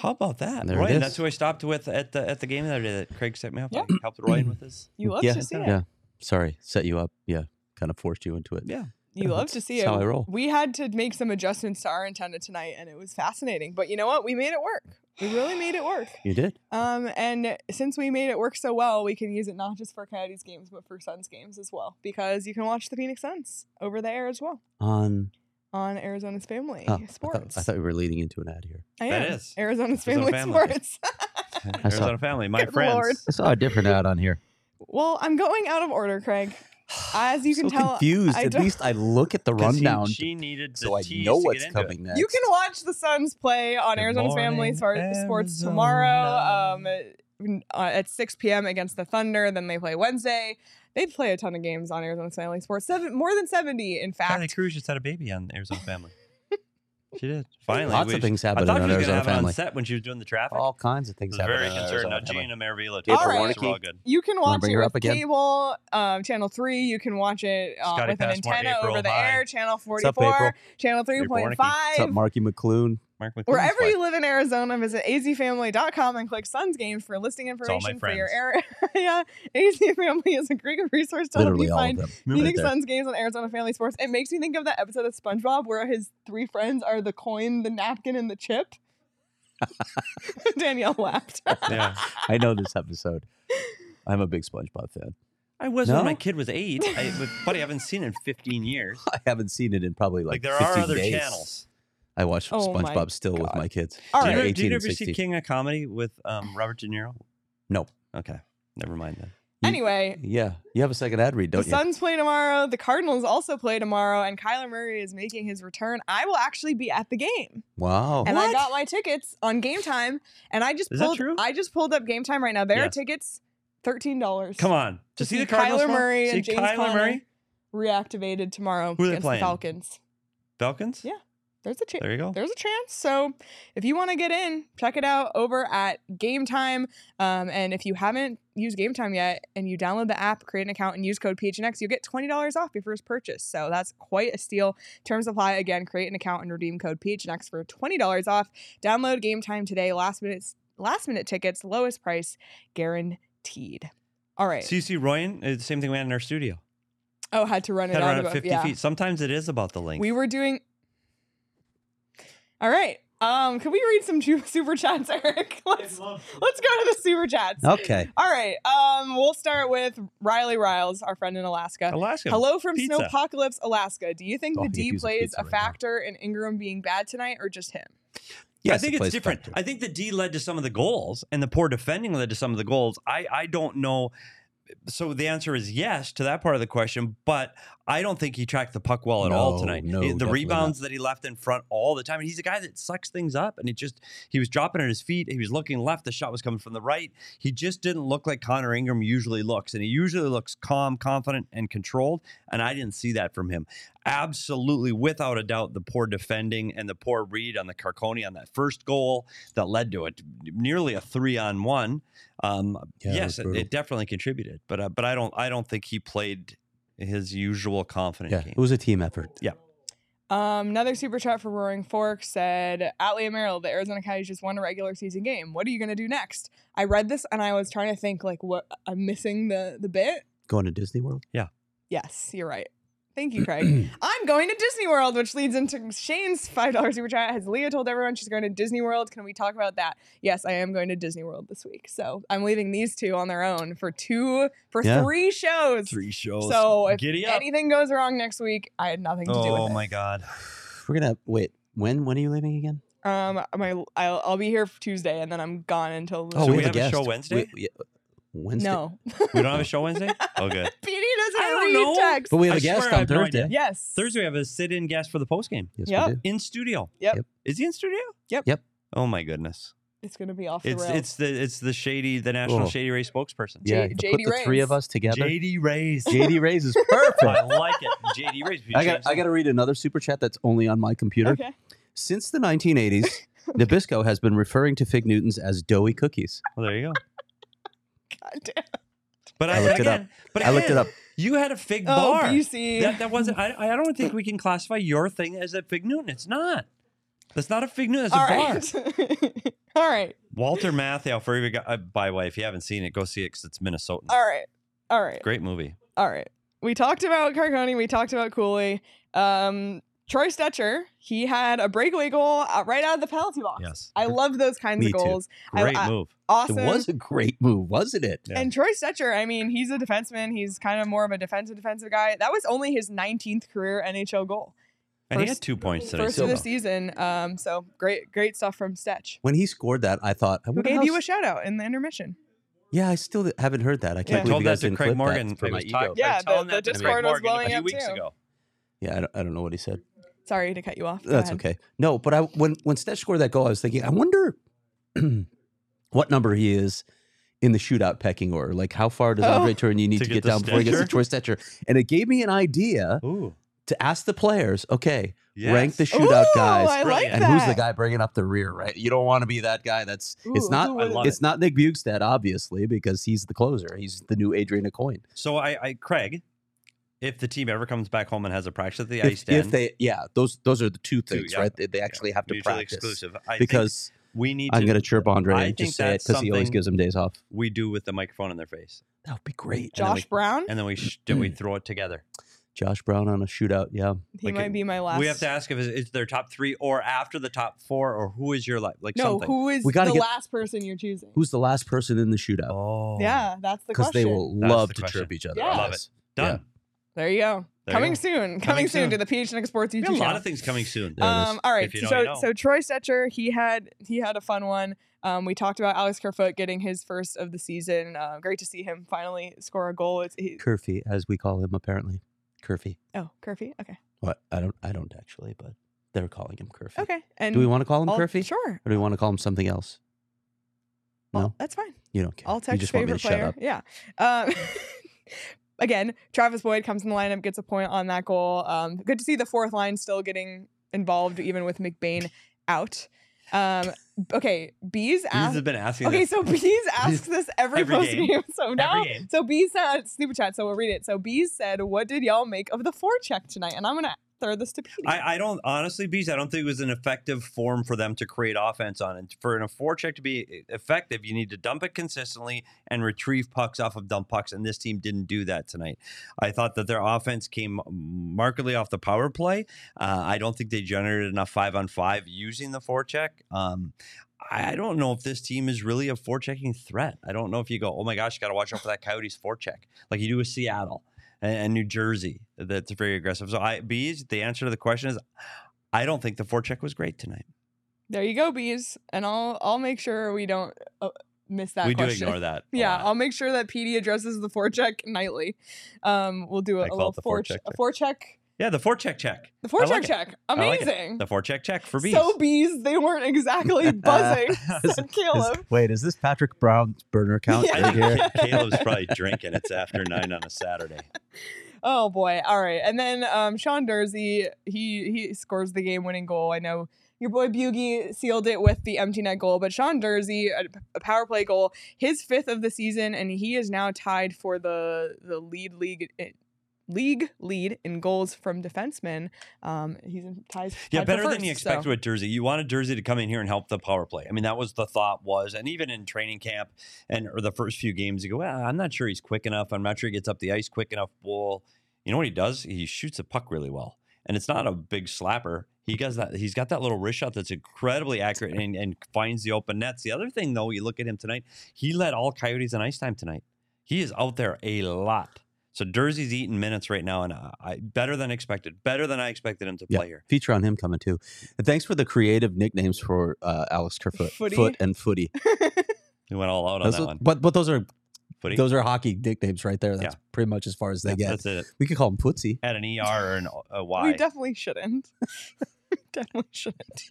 S2: How about that,
S3: There it
S2: Royan?
S3: is.
S2: That's who I stopped with at the at the game the other day that Craig set me up.
S1: Yeah.
S2: on. helped Royan with his
S1: You love
S3: yeah,
S1: to see it.
S3: yeah. Sorry, set you up. Yeah, kind of forced you into it.
S2: yeah.
S1: You
S3: Yeah,
S1: love
S3: that's-
S1: to see
S3: that's
S1: it.
S3: how I roll.
S1: We had to make some adjustments to our antenna tonight, and it was fascinating. But you know what? We made it work. We really made it work.
S3: You did.
S1: Um, and since we made it work so well, we can use it not just for Coyotes games, but for Suns games as well, because you can watch the Phoenix Suns over there as well
S3: On
S1: on Arizona's Family
S3: oh, I, thought,
S1: Sports.
S3: I thought we were leading into an ad here.
S1: I
S2: That
S1: am.
S2: is.
S1: Arizona's
S2: Arizona
S1: Family,
S2: Family.
S1: Sports.
S3: I saw-
S2: Arizona family, my
S1: Good
S2: friends.
S1: Lord.
S3: I saw a different ad on here.
S1: well, I'm going out of order, Craig. As you
S3: I'm
S1: can
S3: so
S1: tell,
S3: confused.
S1: I
S3: At
S1: don't-
S3: least I look at the
S2: 'Cause he-
S3: rundown
S2: she needed
S3: so I
S2: the tease
S3: know
S2: to get
S3: what's
S2: into it.
S3: coming next.
S1: You can watch the Suns play on
S2: Good
S1: Arizona's Family
S2: morning,
S1: Spor- Sports tomorrow um, uh, at 6 p.m. against the Thunder. Then they play Wednesday. They play a ton of games on Arizona's Family Sports, seven, more than 70, in
S2: Patty
S1: fact.
S2: Cruz just had a baby on Arizona family. she did. Finally,
S3: Lots of
S2: we-
S3: things
S2: I
S3: happening
S2: thought
S3: on
S2: she was
S3: Arizona
S2: gonna have it
S3: Family.
S2: on set when she was doing the traffic.
S3: All kinds of
S2: I was
S3: things happening.
S2: very
S3: on
S2: concerned.
S3: Arizona
S2: Now Gina
S3: Family.
S2: and Maravilla.
S3: Gabriel
S2: All right.
S1: Warnke.
S2: We're all good.
S1: You can
S3: wanna
S1: watch
S3: bring
S1: it
S3: her
S1: with
S3: up again?
S1: cable, um, channel 3. You can watch it uh,
S2: Scotty
S1: with an
S2: Passmore,
S1: antenna
S2: April,
S1: over the
S2: hi.
S1: air, channel
S3: up, April?
S1: 44, channel
S3: What's up,
S1: 3.5.
S3: Marky McClune?
S2: Mark McCollum's
S1: Wherever
S2: wife.
S1: you live in Arizona, visit azfamily.com and click Suns Games for listing
S2: all my
S1: information for your area. AZ Family is a great resource to help
S3: Literally
S1: you
S3: all of
S1: find
S3: them.
S2: Remember
S1: Phoenix
S3: there.
S1: Suns games on Arizona Family Sports. It makes me think of that episode of SpongeBob where his three friends are the coin, the napkin, and the chip. Danielle laughed.
S2: Yeah.
S3: I know this episode. I'm a big SpongeBob fan.
S2: I was when my
S3: No?
S2: kid was eight. I, but buddy, I haven't seen it in 15 years.
S3: I haven't seen it in probably like,
S2: Like, there are
S3: 15
S2: other
S3: days.
S2: channels.
S3: I watched
S1: Oh my
S3: SpongeBob still with
S1: God.
S3: my kids.
S1: All
S2: Do
S1: right.
S2: you, ever-
S3: They're
S2: did
S3: 18
S2: you
S3: and
S2: ever see
S3: 16.
S2: King of Comedy with um, Robert De Niro?
S3: No.
S2: Okay. Never mind then.
S1: Anyway,
S3: Yeah, you have a second ad read,
S1: the
S3: don't you?
S1: Suns play tomorrow. The Cardinals also play tomorrow, and Kyler Murray is making his return. I will actually be at the game,
S3: Wow.
S1: and I got my tickets on Game Time. And I just
S2: Is that
S1: pulled.
S2: true?
S1: I just pulled up Game Time right now. There
S2: Yeah.
S1: are tickets, thirteen dollars.
S2: Come on. To,
S1: To
S2: see,
S1: see
S2: the Cardinals
S1: Kyler
S2: tomorrow?
S1: Murray
S2: see
S1: and James
S2: Kyler
S1: Conner.
S2: Murray,
S1: reactivated tomorrow
S2: Who are they
S1: against the
S2: playing?
S1: Falcons.
S2: Falcons.
S1: Yeah. There's a chance.
S2: There you go.
S1: there's a chance. So if you want to get in, check it out over at Game Time. Um, and if you haven't used Game Time yet and you download the app, create an account, and use code PHNX, you get $20 off your first purchase. So that's quite a steal. Terms apply. Again, create an account and redeem code PHNX for $20 off. Download Game Time today. Last minute, last minute tickets, lowest price guaranteed. All right.
S2: CC Royan, uh, the same thing we had in our studio.
S1: oh, had to run it
S2: Had
S1: out
S2: around
S1: of
S2: at 50
S1: yeah.
S2: feet. Sometimes it is about the length.
S1: We were doing. All right. Um, can we read some ju- super chats, Eric? Let's let's go to the super chats.
S3: okay.
S1: All right. Um, we'll start with Riley Riles, our friend in Alaska.
S2: Alaska.
S1: Hello from
S2: Pizza.
S1: Snowpocalypse, Alaska. Do you think
S3: Oh,
S1: the
S3: I could
S1: D
S3: use a
S1: plays
S3: pizza
S1: a
S3: right now.
S1: factor in Ingram being bad tonight, or just him?
S2: I think it's different. I think the D led to some of the goals, and the poor defending led to some of the goals. I I don't know. So the answer is yes to that part of the question, but I don't think he tracked the puck well at all
S3: No,
S2: tonight.
S3: no,
S2: He- the
S3: definitely
S2: rebounds that he left in front all the time, and he's a guy that sucks things up, and it just he was dropping at his feet. He was looking left. The shot was coming from the right. He just didn't look like Connor Ingram usually looks, and he usually looks calm, confident, and controlled. And I didn't see that from him absolutely, without a doubt, the poor defending and the poor read on the Carcone on that first goal that led to it nearly a three on one. Um,
S3: Yeah, it was
S2: yes, it,
S3: brutal.
S2: it definitely contributed, but uh, but I don't I don't think he played his usual confident
S3: Yeah,
S2: game.
S3: it was a team effort.
S1: Um, another super chat for Roaring Fork said, Atlee and Merrill, the Arizona Coyotes just won a regular season game. What are you gonna do next? I read this and I was trying to think like what I'm missing the the bit.
S3: Going to Disney World.
S1: Yes, you're right. Thank you, Craig. I'm going to Disney World, which leads into Shane's five dollars super chat. Has Leah told everyone she's going to Disney World? Can we talk about that? Yes, I am going to Disney World this week. So I'm leaving these two on their own for two for
S3: Yeah.
S1: three shows.
S2: Three shows.
S1: So if
S2: giddy up!
S1: anything goes wrong next week, I had nothing to do with
S2: Oh
S1: it.
S2: my god!
S3: We're gonna wait. When? When are you leaving again?
S1: Um, my I'll, I'll be here for Tuesday, and then I'm gone until. the-
S2: Oh, So we
S3: have
S2: have a show
S3: guest.
S2: Wednesday?
S3: We- yeah, Wednesday.
S1: no,
S2: We don't have a show Wednesday. Oh,
S1: PD
S2: good.
S1: doesn't
S2: I
S1: have
S2: don't
S1: you
S2: know.
S1: text.
S3: But we
S2: I
S3: have a guest
S2: swear I
S3: on
S2: have no
S3: Thursday.
S2: idea.
S1: yes.
S2: Thursday, we have a sit-in guest for the postgame
S3: Yes,
S1: Yeah.
S3: we do.
S2: in studio.
S1: Yep.
S3: Yep.
S2: Is he in studio?
S1: Yep.
S3: Yep.
S2: Oh my goodness.
S1: It's gonna be off the
S2: It's
S1: rails.
S2: it's the it's the shady the national
S3: Cool.
S2: shady race spokesperson.
S1: J-
S3: Oh. Yeah,
S1: JD
S3: put the three of
S1: Reyes.
S3: us together.
S2: JD Rays.
S3: JD Rays is perfect.
S2: I like it. JD Rays.
S3: I got I got to read another super chat that's only on my computer.
S1: okay.
S3: Since the 1980s, Nabisco has been referring to Fig Newtons as doughy cookies.
S2: Well, there you go.
S1: God damn.
S2: But I,
S3: I looked it
S2: again,
S3: up.
S2: But
S3: I looked it
S2: again,
S3: up.
S2: You had a fig
S1: Oh,
S2: bar.
S1: BC.
S2: That, that wasn't. I, I don't think we can classify your thing as a fig Newton. It's not. That's not a fig Newton. That's
S1: All
S2: a bar.
S1: right. All right.
S2: Walter Matthau for even uh, by the way, if you haven't seen it, go see it because it's Minnesotan.
S1: All right. All right.
S2: Great movie.
S1: All right. We talked about Carcone. We talked about Cooley. Um, Troy Stetcher, he had a breakaway goal out, right out of the penalty box.
S2: Yes.
S1: I love those kinds
S3: Me
S1: of
S3: too.
S1: goals. I-
S2: Great
S1: I-
S2: move.
S1: Awesome.
S3: It was a great move, wasn't it?
S2: Yeah.
S1: And Troy Stetcher, I mean, he's a defenseman. He's kind of more of a defensive defensive guy. That was only his 19th career NHL goal.
S2: And he
S1: first-
S2: had two points today.
S1: First of
S2: Silva.
S1: the season. Um, so great, great stuff from Stetch.
S3: When he scored that, I thought, I
S1: Who
S3: wonder
S1: gave
S3: how
S1: you a
S3: s-
S1: shout out in the intermission?
S3: Yeah, I still haven't heard that. I
S1: Yeah.
S3: can't believe
S2: told
S3: you
S2: that
S3: guys
S2: to
S3: didn't
S2: Craig
S3: clip
S2: Morgan.
S3: that for
S2: I
S3: my
S2: was talk-
S3: ego.
S2: I
S1: Yeah,
S2: was telling
S1: the-
S2: that
S1: the
S2: to Craig
S1: Discord was
S2: Morgan
S1: blowing
S2: a few
S1: up,
S2: weeks
S1: too.
S2: ago.
S3: Yeah, I don't, I don't know what he said.
S1: Sorry to cut you off. Go
S3: That's
S1: ahead.
S3: okay. No, but I when when Stetch scored that goal, I was thinking, I wonder what number he is in the shootout pecking order. Like how far does
S1: Oh.
S3: Andre Tournier need
S2: To
S3: to,
S2: get
S3: get,
S2: to
S3: down before he gets to
S2: Stetcher?
S3: Troy Stetcher? And it gave me an idea
S2: Ooh.
S3: to ask the players, okay,
S2: Yes.
S3: rank the shootout
S1: Ooh,
S3: guys.
S1: I like
S2: Brilliant.
S3: and who's the
S1: that.
S3: guy bringing up the rear, right? You don't want to be that guy. That's it's
S1: Ooh,
S3: not
S1: who
S2: I
S1: would-
S2: love
S3: it's not Nick Bugstad, obviously, because he's the closer. He's the new Adrian Coin.
S2: So I, I Craig, if the team ever comes back home and has a practice at the ice
S3: If,
S2: den,
S3: if they, yeah, those those are the two
S2: Two,
S3: things,
S2: yeah.
S3: right? They, they actually have to
S2: mutually
S3: practice
S2: exclusive, I because
S3: because
S2: we need.
S3: I'm
S2: to,
S3: going to chirp Andre
S2: I
S3: and
S2: think
S3: just say it
S2: that's
S3: because he always
S2: something-
S3: gives him days off.
S2: we do with the microphone in their face,
S3: That would be great. And then
S1: Josh Brown.
S2: and then we sh- then we throw it together.
S3: we- Josh Brown on a shootout. Yeah,
S1: He
S2: like a-
S1: might be my last.
S2: We have to ask if it's, it's their top three or after the top four or who is your life like
S1: No,
S2: something.
S1: who is the
S3: We gotta get-
S1: last person you're choosing?
S3: who's the last person in the shootout?
S2: oh
S1: yeah, that's the
S3: Because
S1: question.
S3: they will
S2: That's
S3: love
S2: the
S3: to
S2: question.
S3: chirp each other.
S1: Yeah.
S3: on
S2: Love
S3: this.
S2: done.
S1: There you go.
S2: There you
S1: coming
S2: go.
S1: soon. Coming, soon,
S2: soon.
S1: to the PHNX Sports
S2: We
S1: YouTube
S2: have a lot
S1: channel.
S2: of things coming soon.
S3: There it is.
S1: Um, all right.
S2: If you know,
S1: so
S2: you know.
S1: so Troy Stetcher, he had he had a fun one. Um, we talked about Alex Kerfoot getting his first of the season. Uh, great to see him finally score a goal. It's he,
S3: Curfy, as we call him apparently. Curfy.
S1: oh Kerfy. Okay.
S3: What? I don't. I don't actually, but they're calling him Curfy.
S1: Okay. And
S3: Do we want to call him
S1: I'll-
S3: Curfy?
S1: Sure.
S3: Or do we want to call him something else?
S1: Well,
S3: No?
S1: that's fine.
S3: You don't care.
S1: I'll
S3: you
S1: text
S3: just want me
S1: favorite
S3: to
S1: player.
S3: shut up.
S1: Yeah. Um, again, Travis Boyd comes in the lineup, gets a point on that goal. Um, good to see the fourth line still getting involved, even with McBain out. Um, okay, Bees
S2: Bees has
S1: asked.
S2: been asking.
S1: uh, Okay,
S2: this
S1: so Bees asks this every,
S2: Every
S1: post
S2: game.
S1: game. So now,
S2: game.
S1: so Bees said super chat. So we'll read it. So Bees said, "What did y'all make of the forecheck tonight?" And I'm gonna throw this to Petey.
S2: I, I don't honestly, bees. I don't think it was an effective form for them to create offense on. And for an four check to be e, effective, you need to dump it consistently and retrieve pucks off of dump pucks. And this team didn't do that tonight. I thought that their offense came markedly off the power play. Uh, I don't think they generated enough five on five using the four check. Um, I I don't know if this team is really a four checking threat. I don't know if you go, oh my gosh, you got to watch out for that Coyotes four check, like you do with Seattle and, and New Jersey. That's very aggressive. So, I, bees, the answer to the question is, I don't think the forecheck was great tonight.
S1: there you go, Bees. And I'll I'll make sure we don't uh, miss that.
S2: we
S1: question.
S2: do ignore that. a
S1: Yeah,
S2: lot.
S1: I'll make sure that PD addresses the forecheck nightly. Um, we'll do a,
S2: I
S1: a
S2: call
S1: little
S2: it the
S1: forecheck,
S2: forecheck
S1: a forecheck,
S2: yeah. The forecheck check,
S1: the forecheck
S2: like it.
S1: check.
S2: I like it.
S1: Amazing.
S2: the forecheck check for bees.
S1: So bees, they weren't exactly buzzing. said Caleb.
S3: wait, is this Patrick Brown's burner count
S1: Yeah.
S2: I
S3: right here?
S2: think Ca- Caleb's probably drinking. It's after nine on a Saturday.
S1: Oh boy. All right. And then um, Sean Dursey, he he scores the game-winning goal. I know your boy Bugie sealed it with the empty net goal, but Sean Dursey, a, a power play goal, his fifth of the season, and he is now tied for the the lead league. eh, League lead in goals from defensemen. Um, he's in ties.
S2: Yeah,
S1: tied for
S2: better than you
S1: first, so-
S2: expected with Jersey. You wanted Jersey to come in here and help the power play. I mean, that was the thought was, and even in training camp and or the first few games, you go, well, I'm not sure he's quick enough. I'm not sure he gets up the ice quick enough. Well, you know what he does? He shoots a puck really well, and it's not a big slapper. He does that. He's got that little wrist shot that's incredibly accurate and, and finds the open nets. The other thing, though, you look at him tonight. He led all Coyotes in ice time tonight. He is out there a lot. So Jersey's eating minutes right now, and I, I better than expected. Better than I expected him to
S3: Yeah.
S2: play here.
S3: Feature on him coming too. And thanks for the creative nicknames for uh, Alex Kerfoot,
S1: Footy.
S3: Foot and Footy.
S2: He went all out on
S3: Those
S2: that
S3: are-
S2: one.
S3: But but those are
S2: footy.
S3: Those are hockey nicknames right there. That's
S2: Yeah.
S3: pretty much as far as they
S2: Yeah,
S3: get.
S2: That's it.
S3: We could call him Footsie.
S2: At an ER or an a Y.
S1: We definitely shouldn't. we definitely shouldn't.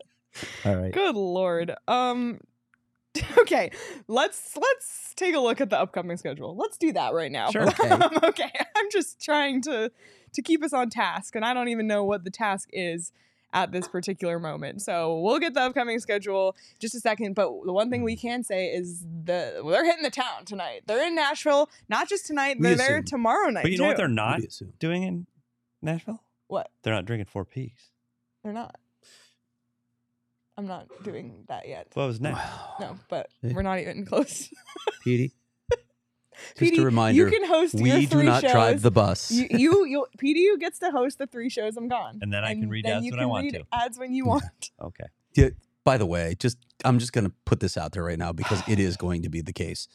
S3: All right.
S1: Good lord. Um okay, let's let's take a look at the upcoming schedule. Let's do that right now.
S2: Sure.
S3: Okay.
S1: Um, okay, I'm just trying to to keep us on task and I don't even know what the task is at this particular moment. So, we'll get the upcoming schedule just a second, but the one thing
S2: Mm.
S1: we can say is the well, they're hitting the town tonight. They're in Nashville, not just tonight,
S3: We
S1: they're there
S3: assume.
S1: tomorrow night.
S2: But you know what
S1: too.
S2: they're not
S3: What do you assume?
S2: doing in Nashville?
S1: What?
S2: They're not drinking four peaks.
S1: They're not. I'm not doing that yet.
S2: What was next?
S3: Wow.
S1: No, but
S2: Eh.
S3: Yeah.
S1: we're not even close.
S3: Petey. Just
S1: PD,
S3: a reminder.
S1: you can host your
S3: we do
S1: three
S3: not
S1: shows.
S3: drive the bus.
S1: you, you, you, PD, you gets to host the three shows. I'm gone,
S2: And then I can read
S1: then
S2: ads
S1: you
S2: when I
S1: can
S2: want
S1: read
S2: to.
S1: Ads when you
S3: Yeah.
S1: want.
S2: Okay.
S3: By the way, just I'm just going to put this out there right now because it is going to be the case.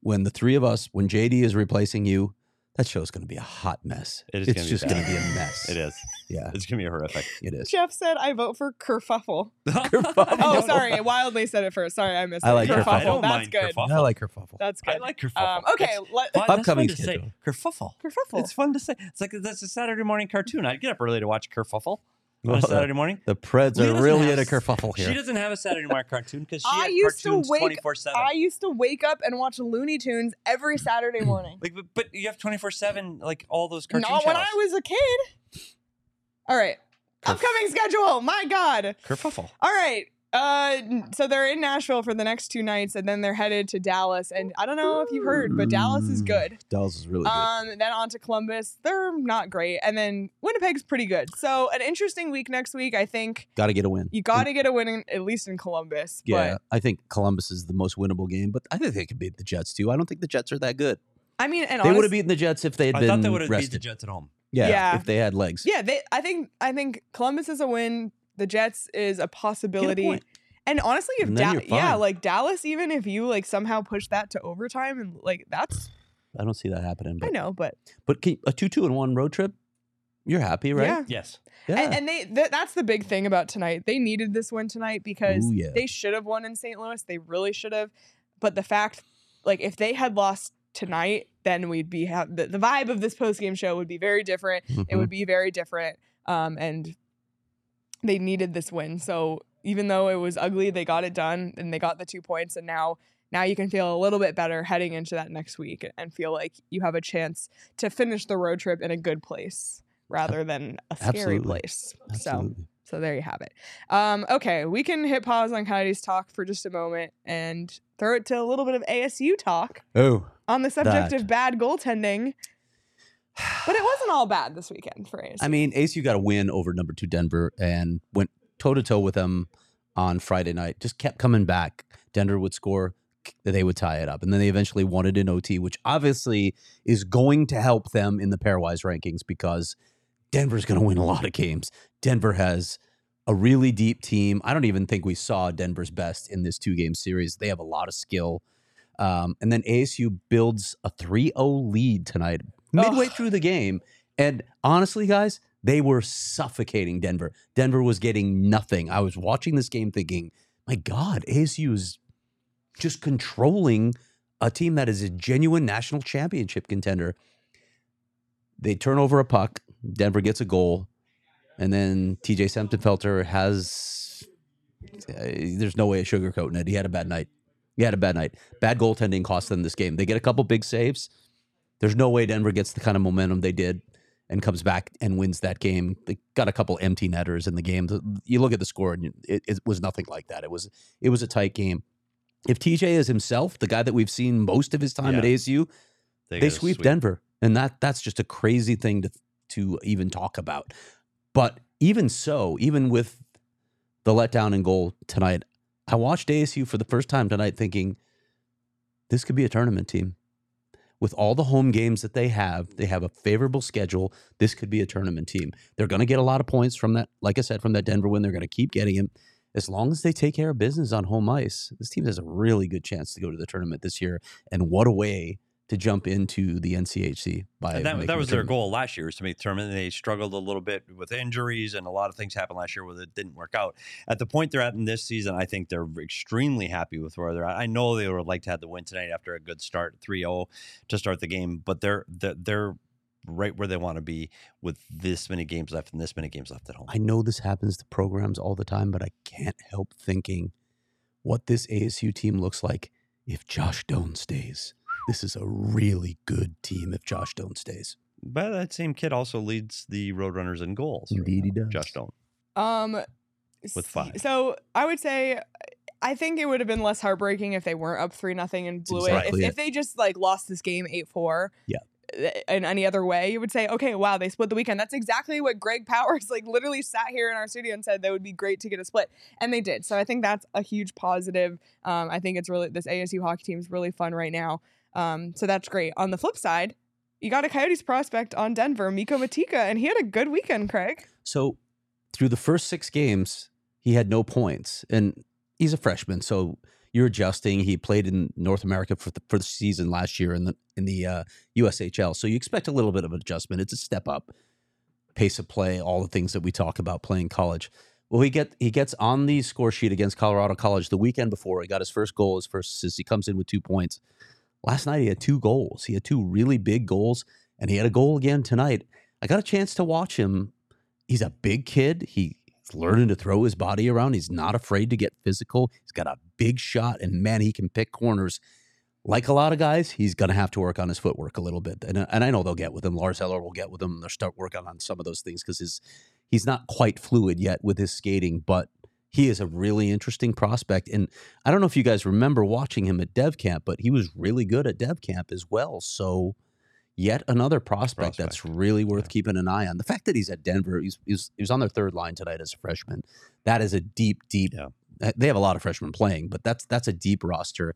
S3: When the three of us, when JD is replacing you, that show's going to be a hot mess.
S2: It is
S3: it's
S2: gonna be
S3: just
S2: bad.
S3: going to be a mess.
S2: It is.
S3: Yeah,
S2: It's gonna be horrific.
S3: it is.
S1: Jeff said, "I vote for kerfuffle."
S2: I
S1: Oh,
S2: don't-
S1: sorry, I wildly said it first. Sorry, I missed.
S3: I
S1: it.
S3: like
S2: I
S3: kerfuffle.
S1: kerfuffle.
S2: don't
S1: That's
S2: mind
S1: good.
S2: kerfuffle.
S3: I like kerfuffle.
S1: That's
S2: I
S1: good.
S2: like kerfuffle.
S1: Um, okay,
S2: It's
S1: let,
S2: fun- that's
S3: Upcoming
S2: fun to say.
S3: schedule.
S2: Kerfuffle.
S1: kerfuffle.
S2: It's fun to say. It's like that's a Saturday morning cartoon. I'd get up early to watch kerfuffle on
S3: Well,
S2: a Saturday morning.
S3: The Preds
S2: Leah
S3: are
S2: doesn't
S3: really
S2: have
S3: in a
S2: s-
S3: kerfuffle
S2: She
S3: here.
S2: doesn't have a Saturday morning cartoon because she
S1: I
S2: had
S1: used to
S2: cartoons
S1: wake-
S2: twenty four seven.
S1: I used to wake up and watch Looney Tunes every Saturday morning.
S2: Like, but, but you have twenty four seven like all those cartoon
S1: Not when I
S2: channels.
S1: was a kid. All right, upcoming schedule. My God.
S2: kerfuffle.
S1: All right. Uh, n- so they're in Nashville for the next two nights, and then they're headed to Dallas. And I don't know if you've heard, but Dallas is
S3: Mm.
S1: good.
S3: Dallas is really
S2: Uh,
S3: good.
S1: Um, then on to Columbus, they're not great, and then Winnipeg's pretty good. So an interesting week next week. I think
S3: Got to get a win.
S1: you got to get a win in, at least in Columbus.
S3: Yeah,
S1: But
S3: I think Columbus is the most winnable game, but I think they could beat the Jets too. I don't think the Jets are that good.
S1: I mean, and
S3: they would have
S1: honest-
S3: beaten the Jets if they had
S2: I
S3: been
S2: thought they would have beat
S3: rested.
S2: the Jets at home.
S3: Yeah,
S1: Yeah.
S3: if they had legs.
S1: Yeah, they. I think. I think Columbus is a win. The Jets is a possibility.
S3: point.
S1: And honestly, if
S3: And then
S1: da-
S3: you're
S1: yeah,
S3: fine.
S1: like Dallas, even if you like somehow push that to overtime, and like that's
S3: I don't see that happening.
S1: I
S3: But,
S1: know, but
S3: but can, a two-two and one road trip, you're happy, right?
S1: yeah.
S2: Yes.
S3: Yeah.
S1: And, and they th- that's the big thing about tonight. They needed this win tonight because
S3: Ooh, yeah.
S1: they should have won in St. Louis. They really should have. But the fact, like, if they had lost tonight, then we'd be ha- the, the vibe of this post game show would be very different.
S3: Mm-hmm.
S1: It would be very different. Um, and they needed this win. So even though it was ugly, they got it done and they got the two points. And now, now you can feel a little bit better heading into that next week and feel like you have a chance to finish the road trip in a good place rather than a scary
S3: Absolutely.
S1: place. So,
S3: Absolutely.
S1: so there you have it. Um, okay, we can hit pause on Coyotes talk for just a moment and throw it to a little bit of ASU talk
S3: oh,
S1: on the subject
S3: That.
S1: of bad goaltending. But it wasn't all bad this weekend for ASU.
S3: I mean, ACU got a win over number two Denver and went toe to toe with them on Friday night. Just kept coming back. Denver would score, k- they would tie it up, and then they eventually won it in OT, which obviously is going to help them in the pairwise rankings because Denver's going to win a lot of games. Denver has a really deep team. I don't even think we saw Denver's best in this two game series. They have a lot of skill. Um, and then ASU builds a 3 0 lead tonight, midway
S1: Ugh.
S3: through the game. And honestly, guys, they were suffocating Denver. Denver was getting nothing. I was watching this game thinking, my God, ASU is just controlling a team that is a genuine national championship contender. They turn over a puck. Denver gets a goal. And then TJ Semptenfelter has. uh, There's no way of sugarcoating it. He had a bad night. He had a bad night. Bad goaltending cost them this game. They get a couple big saves. There's no way Denver gets the kind of momentum they did and comes back and wins that game. They got a couple empty netters in the game. The- You look at the score and you- it, it was nothing like that. It was it was a tight game. If TJ is himself, the guy that we've seen most of his time
S2: Yeah.
S3: at ASU, they,
S2: gotta
S3: sweep, Denver, and that that's just a crazy thing to to even talk about. But even so, even with the letdown in goal tonight, I watched ASU for the first time tonight, thinking this could be a tournament team. With all the home games that they have, they have a favorable schedule. This could be a tournament team. They're going to get a lot of points from that. Like I said, from that Denver win, they're going to keep getting them. As long as they take care of business on home ice, this team has a really good chance to go to the tournament this year. And what a way to jump into the NCHC by
S2: And that,
S3: making
S2: that was
S3: the
S2: their
S3: tournament.
S2: goal last year was to make the tournament. They struggled a little bit with injuries and a lot of things happened last year where it didn't work out. At the point they're at in this season, I think they're extremely happy with where they're at. I know they would have liked to have the win tonight after a good start, 3-0 to start the game, but they're they're, they're right where they want to be with this many games left and this many games left at home.
S3: I know this happens to programs all the time, but I can't help thinking what this ASU team looks like if Josh Doan stays. This is a really good team if Josh Doan stays.
S2: But that same kid also leads the Roadrunners in goals.
S3: Indeed he
S2: now.
S3: does.
S2: Josh don't.
S1: Um, s-
S2: five.
S1: So I would say, I think it would have been less heartbreaking if they weren't up three nothing and blew
S3: exactly
S1: it.
S3: it.
S1: If, if they just like lost this game eight four. eh,
S3: Yeah.
S1: In any other way, you would say, okay, wow, they split the weekend. That's exactly what Greg Powers like literally sat here in our studio and said that would be great to get a split, and they did. So I think that's a huge positive. Um, I think it's really this ASU hockey team is really fun right now. Um, so that's great. On the flip side, you got a Coyotes prospect on Denver, Miko Matika, and he had a good weekend, Craig.
S3: So through the first six games, he had no points, and he's a freshman, so you're adjusting. He played in North America for the, for the season last year in the in the uh, USHL, so you expect a little bit of adjustment. It's a step up, pace of play, all the things that we talk about playing college. Well, he get he gets on the score sheet against Colorado College the weekend before. He got his first goal, his first assist. He comes in with two points. Last night he had two goals. He had two really big goals, and he had a goal again tonight. I got a chance to watch him he's a big kid. He's learning to throw his body around. He's not afraid to get physical. He's got a big shot, and man, he can pick corners. Like a lot of guys, he's going to have to work on his footwork a little bit, and uh, and I know they'll get with him. Lars Eller will get with him. They'll start working on some of those things because his he's not quite fluid yet with his skating, but he is a really interesting prospect. And I don't know if you guys remember watching him at Dev Camp, but he was really good at Dev Camp as well. So yet another prospect, that's
S2: Prospect.
S3: really worth
S2: Yeah.
S3: keeping an eye on. The fact that he's at Denver, he's, he's he was on their third line tonight as a freshman. That is a deep, deep.
S2: Yeah.
S3: uh, They have a lot of freshmen playing, but that's that's a deep roster.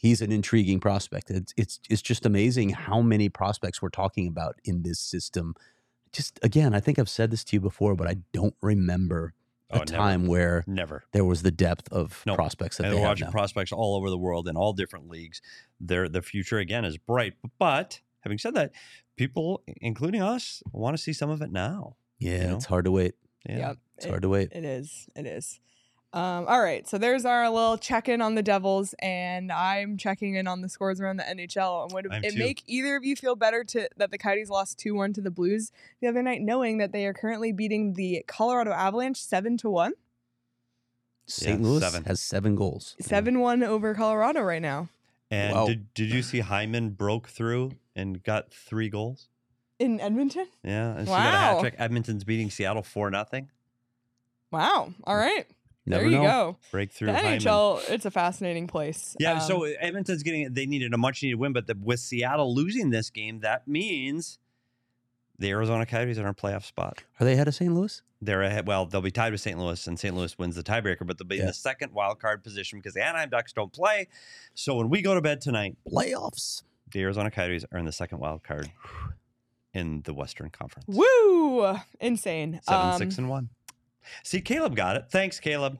S3: He's an intriguing prospect. It's it's it's just amazing how many prospects we're talking about in this system. Just again, I think I've said this to you before, but I don't remember a
S2: Oh,
S3: time where
S2: never. never.
S3: there was the depth of
S2: No.
S3: prospects that
S2: and
S3: they
S2: we're
S3: have
S2: watching
S3: now.
S2: prospects all over the world in all different leagues. Their the future again is bright. But having said that, people, including us, want to see some of it now.
S3: yeah,
S2: know? Eh,
S3: it's hard to wait.
S2: Yeah.
S1: Yep.
S3: It's hard to wait.
S1: It is. It is. Um, all right. So there's our little check in on the Devils, and I'm checking in on the scores around the NHL. And would
S2: I'm
S1: it
S2: too.
S1: make either of you feel better to that the Coyotes lost two one to the Blues the other night, knowing that they are currently beating the Colorado Avalanche seven to one,
S3: St.
S2: Yeah,
S3: Louis
S2: seven.
S3: has seven goals.
S2: Hmm.
S1: seven one over Colorado right now.
S2: And
S3: Wow.
S2: did, did you see Hyman broke through and got three goals?
S1: In Edmonton?
S2: Yeah. And she got a hat
S1: Wow.
S2: trick. Edmonton's beating Seattle four nothing.
S1: Wow. All
S2: Hmm.
S1: right.
S3: Never
S1: there you
S3: know.
S1: go.
S2: Breakthrough.
S1: The
S2: Hyman.
S1: NHL, it's a fascinating place.
S2: Yeah,
S1: Um,
S2: so Edmonton's getting they needed a much needed win, but the, with Seattle losing this game, that means the Arizona Coyotes are in a playoff spot.
S3: Are they ahead of St. Louis?
S2: They're ahead. Well, they'll be tied with St. Louis, and St. Louis wins the tiebreaker, but they'll be in
S3: Yeah.
S2: the second wild card position because the Anaheim Ducks don't play. So when we go to bed tonight,
S3: Playoffs.
S2: the Arizona Coyotes are in the second wild card in the Western Conference.
S1: woo, insane.
S2: Seven,
S1: Um,
S2: six, and one. See, Caleb got it. Thanks, Caleb.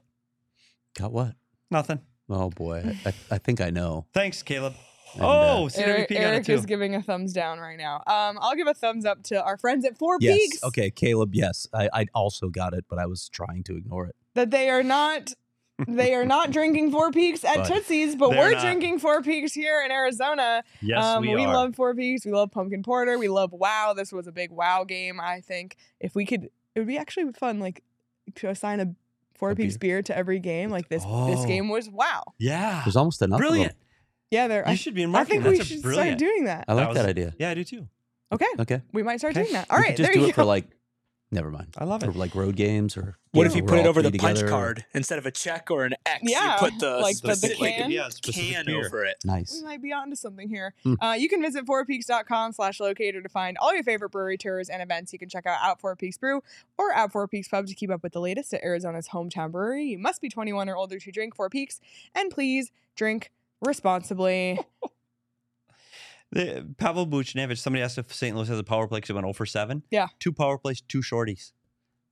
S3: Got what?
S2: Nothing.
S3: Oh boy, I, I, I think I know.
S2: Thanks, Caleb.
S3: And, uh,
S2: Oh, CWP
S1: Eric,
S2: got it
S1: Eric
S2: too.
S1: is giving a thumbs down right now. Um, I'll give a thumbs up to our friends at Four
S3: yes.
S1: Peaks
S3: Okay, Caleb. Yes, I, I also got it, but I was trying to ignore it.
S1: that they are not they are not drinking Four Peaks at
S3: But
S1: Tootsie's, but
S2: they're
S1: we're
S2: not.
S1: drinking Four Peaks here in Arizona.
S2: yes,
S1: um,
S2: we, are.
S1: love Four Peaks. We love pumpkin porter. We love Wow. This was a big Wow game. I think if we could, it would be actually fun. Like to assign a Four
S3: A
S1: Peaks beer. to every game. Like this, this
S2: Oh.
S1: game was Wow.
S2: yeah.
S3: There's almost enough. of them.
S2: Brilliant.
S1: Yeah, there.
S2: You
S1: I,
S2: should be in
S1: I
S2: marketing.
S1: think we
S2: That's a
S1: should
S2: brilliant.
S1: start doing that.
S3: I like
S2: That
S3: that
S2: was-
S3: idea.
S2: yeah, I do too.
S1: Okay,
S3: Okay.
S1: we might start
S2: Okay.
S1: doing that. All
S3: we
S1: right,
S3: could just
S1: there
S3: do
S1: you
S3: it for
S1: go.
S3: like. Never mind.
S2: I love
S3: For
S2: it.
S3: like road games or.
S4: What
S3: you
S4: if
S3: know,
S4: you
S3: we're
S4: put it
S3: all
S4: over the
S3: three
S4: punch
S3: together.
S4: card instead of a check or an X?
S1: Yeah,
S4: you put the
S1: like the- the
S4: specific
S1: can?
S2: Yeah, specific
S4: can
S2: beer.
S4: over it.
S1: we
S3: Nice.
S1: might be onto something here.
S2: Hmm.
S3: Mm.
S1: Uh, you can visit fourpeaks.com slash locator to find all your favorite brewery tours and events. You can check out Out Four Peaks Brew or Out Four Peaks Pub to keep up with the latest at Arizona's hometown brewery. You must be 21 or older to drink Four Peaks, and please drink responsibly.
S2: The, Pavel Buchnevich, somebody asked if St. Louis has a power play because it went 0 for 7.
S1: Yeah.
S2: Two power plays, two shorties.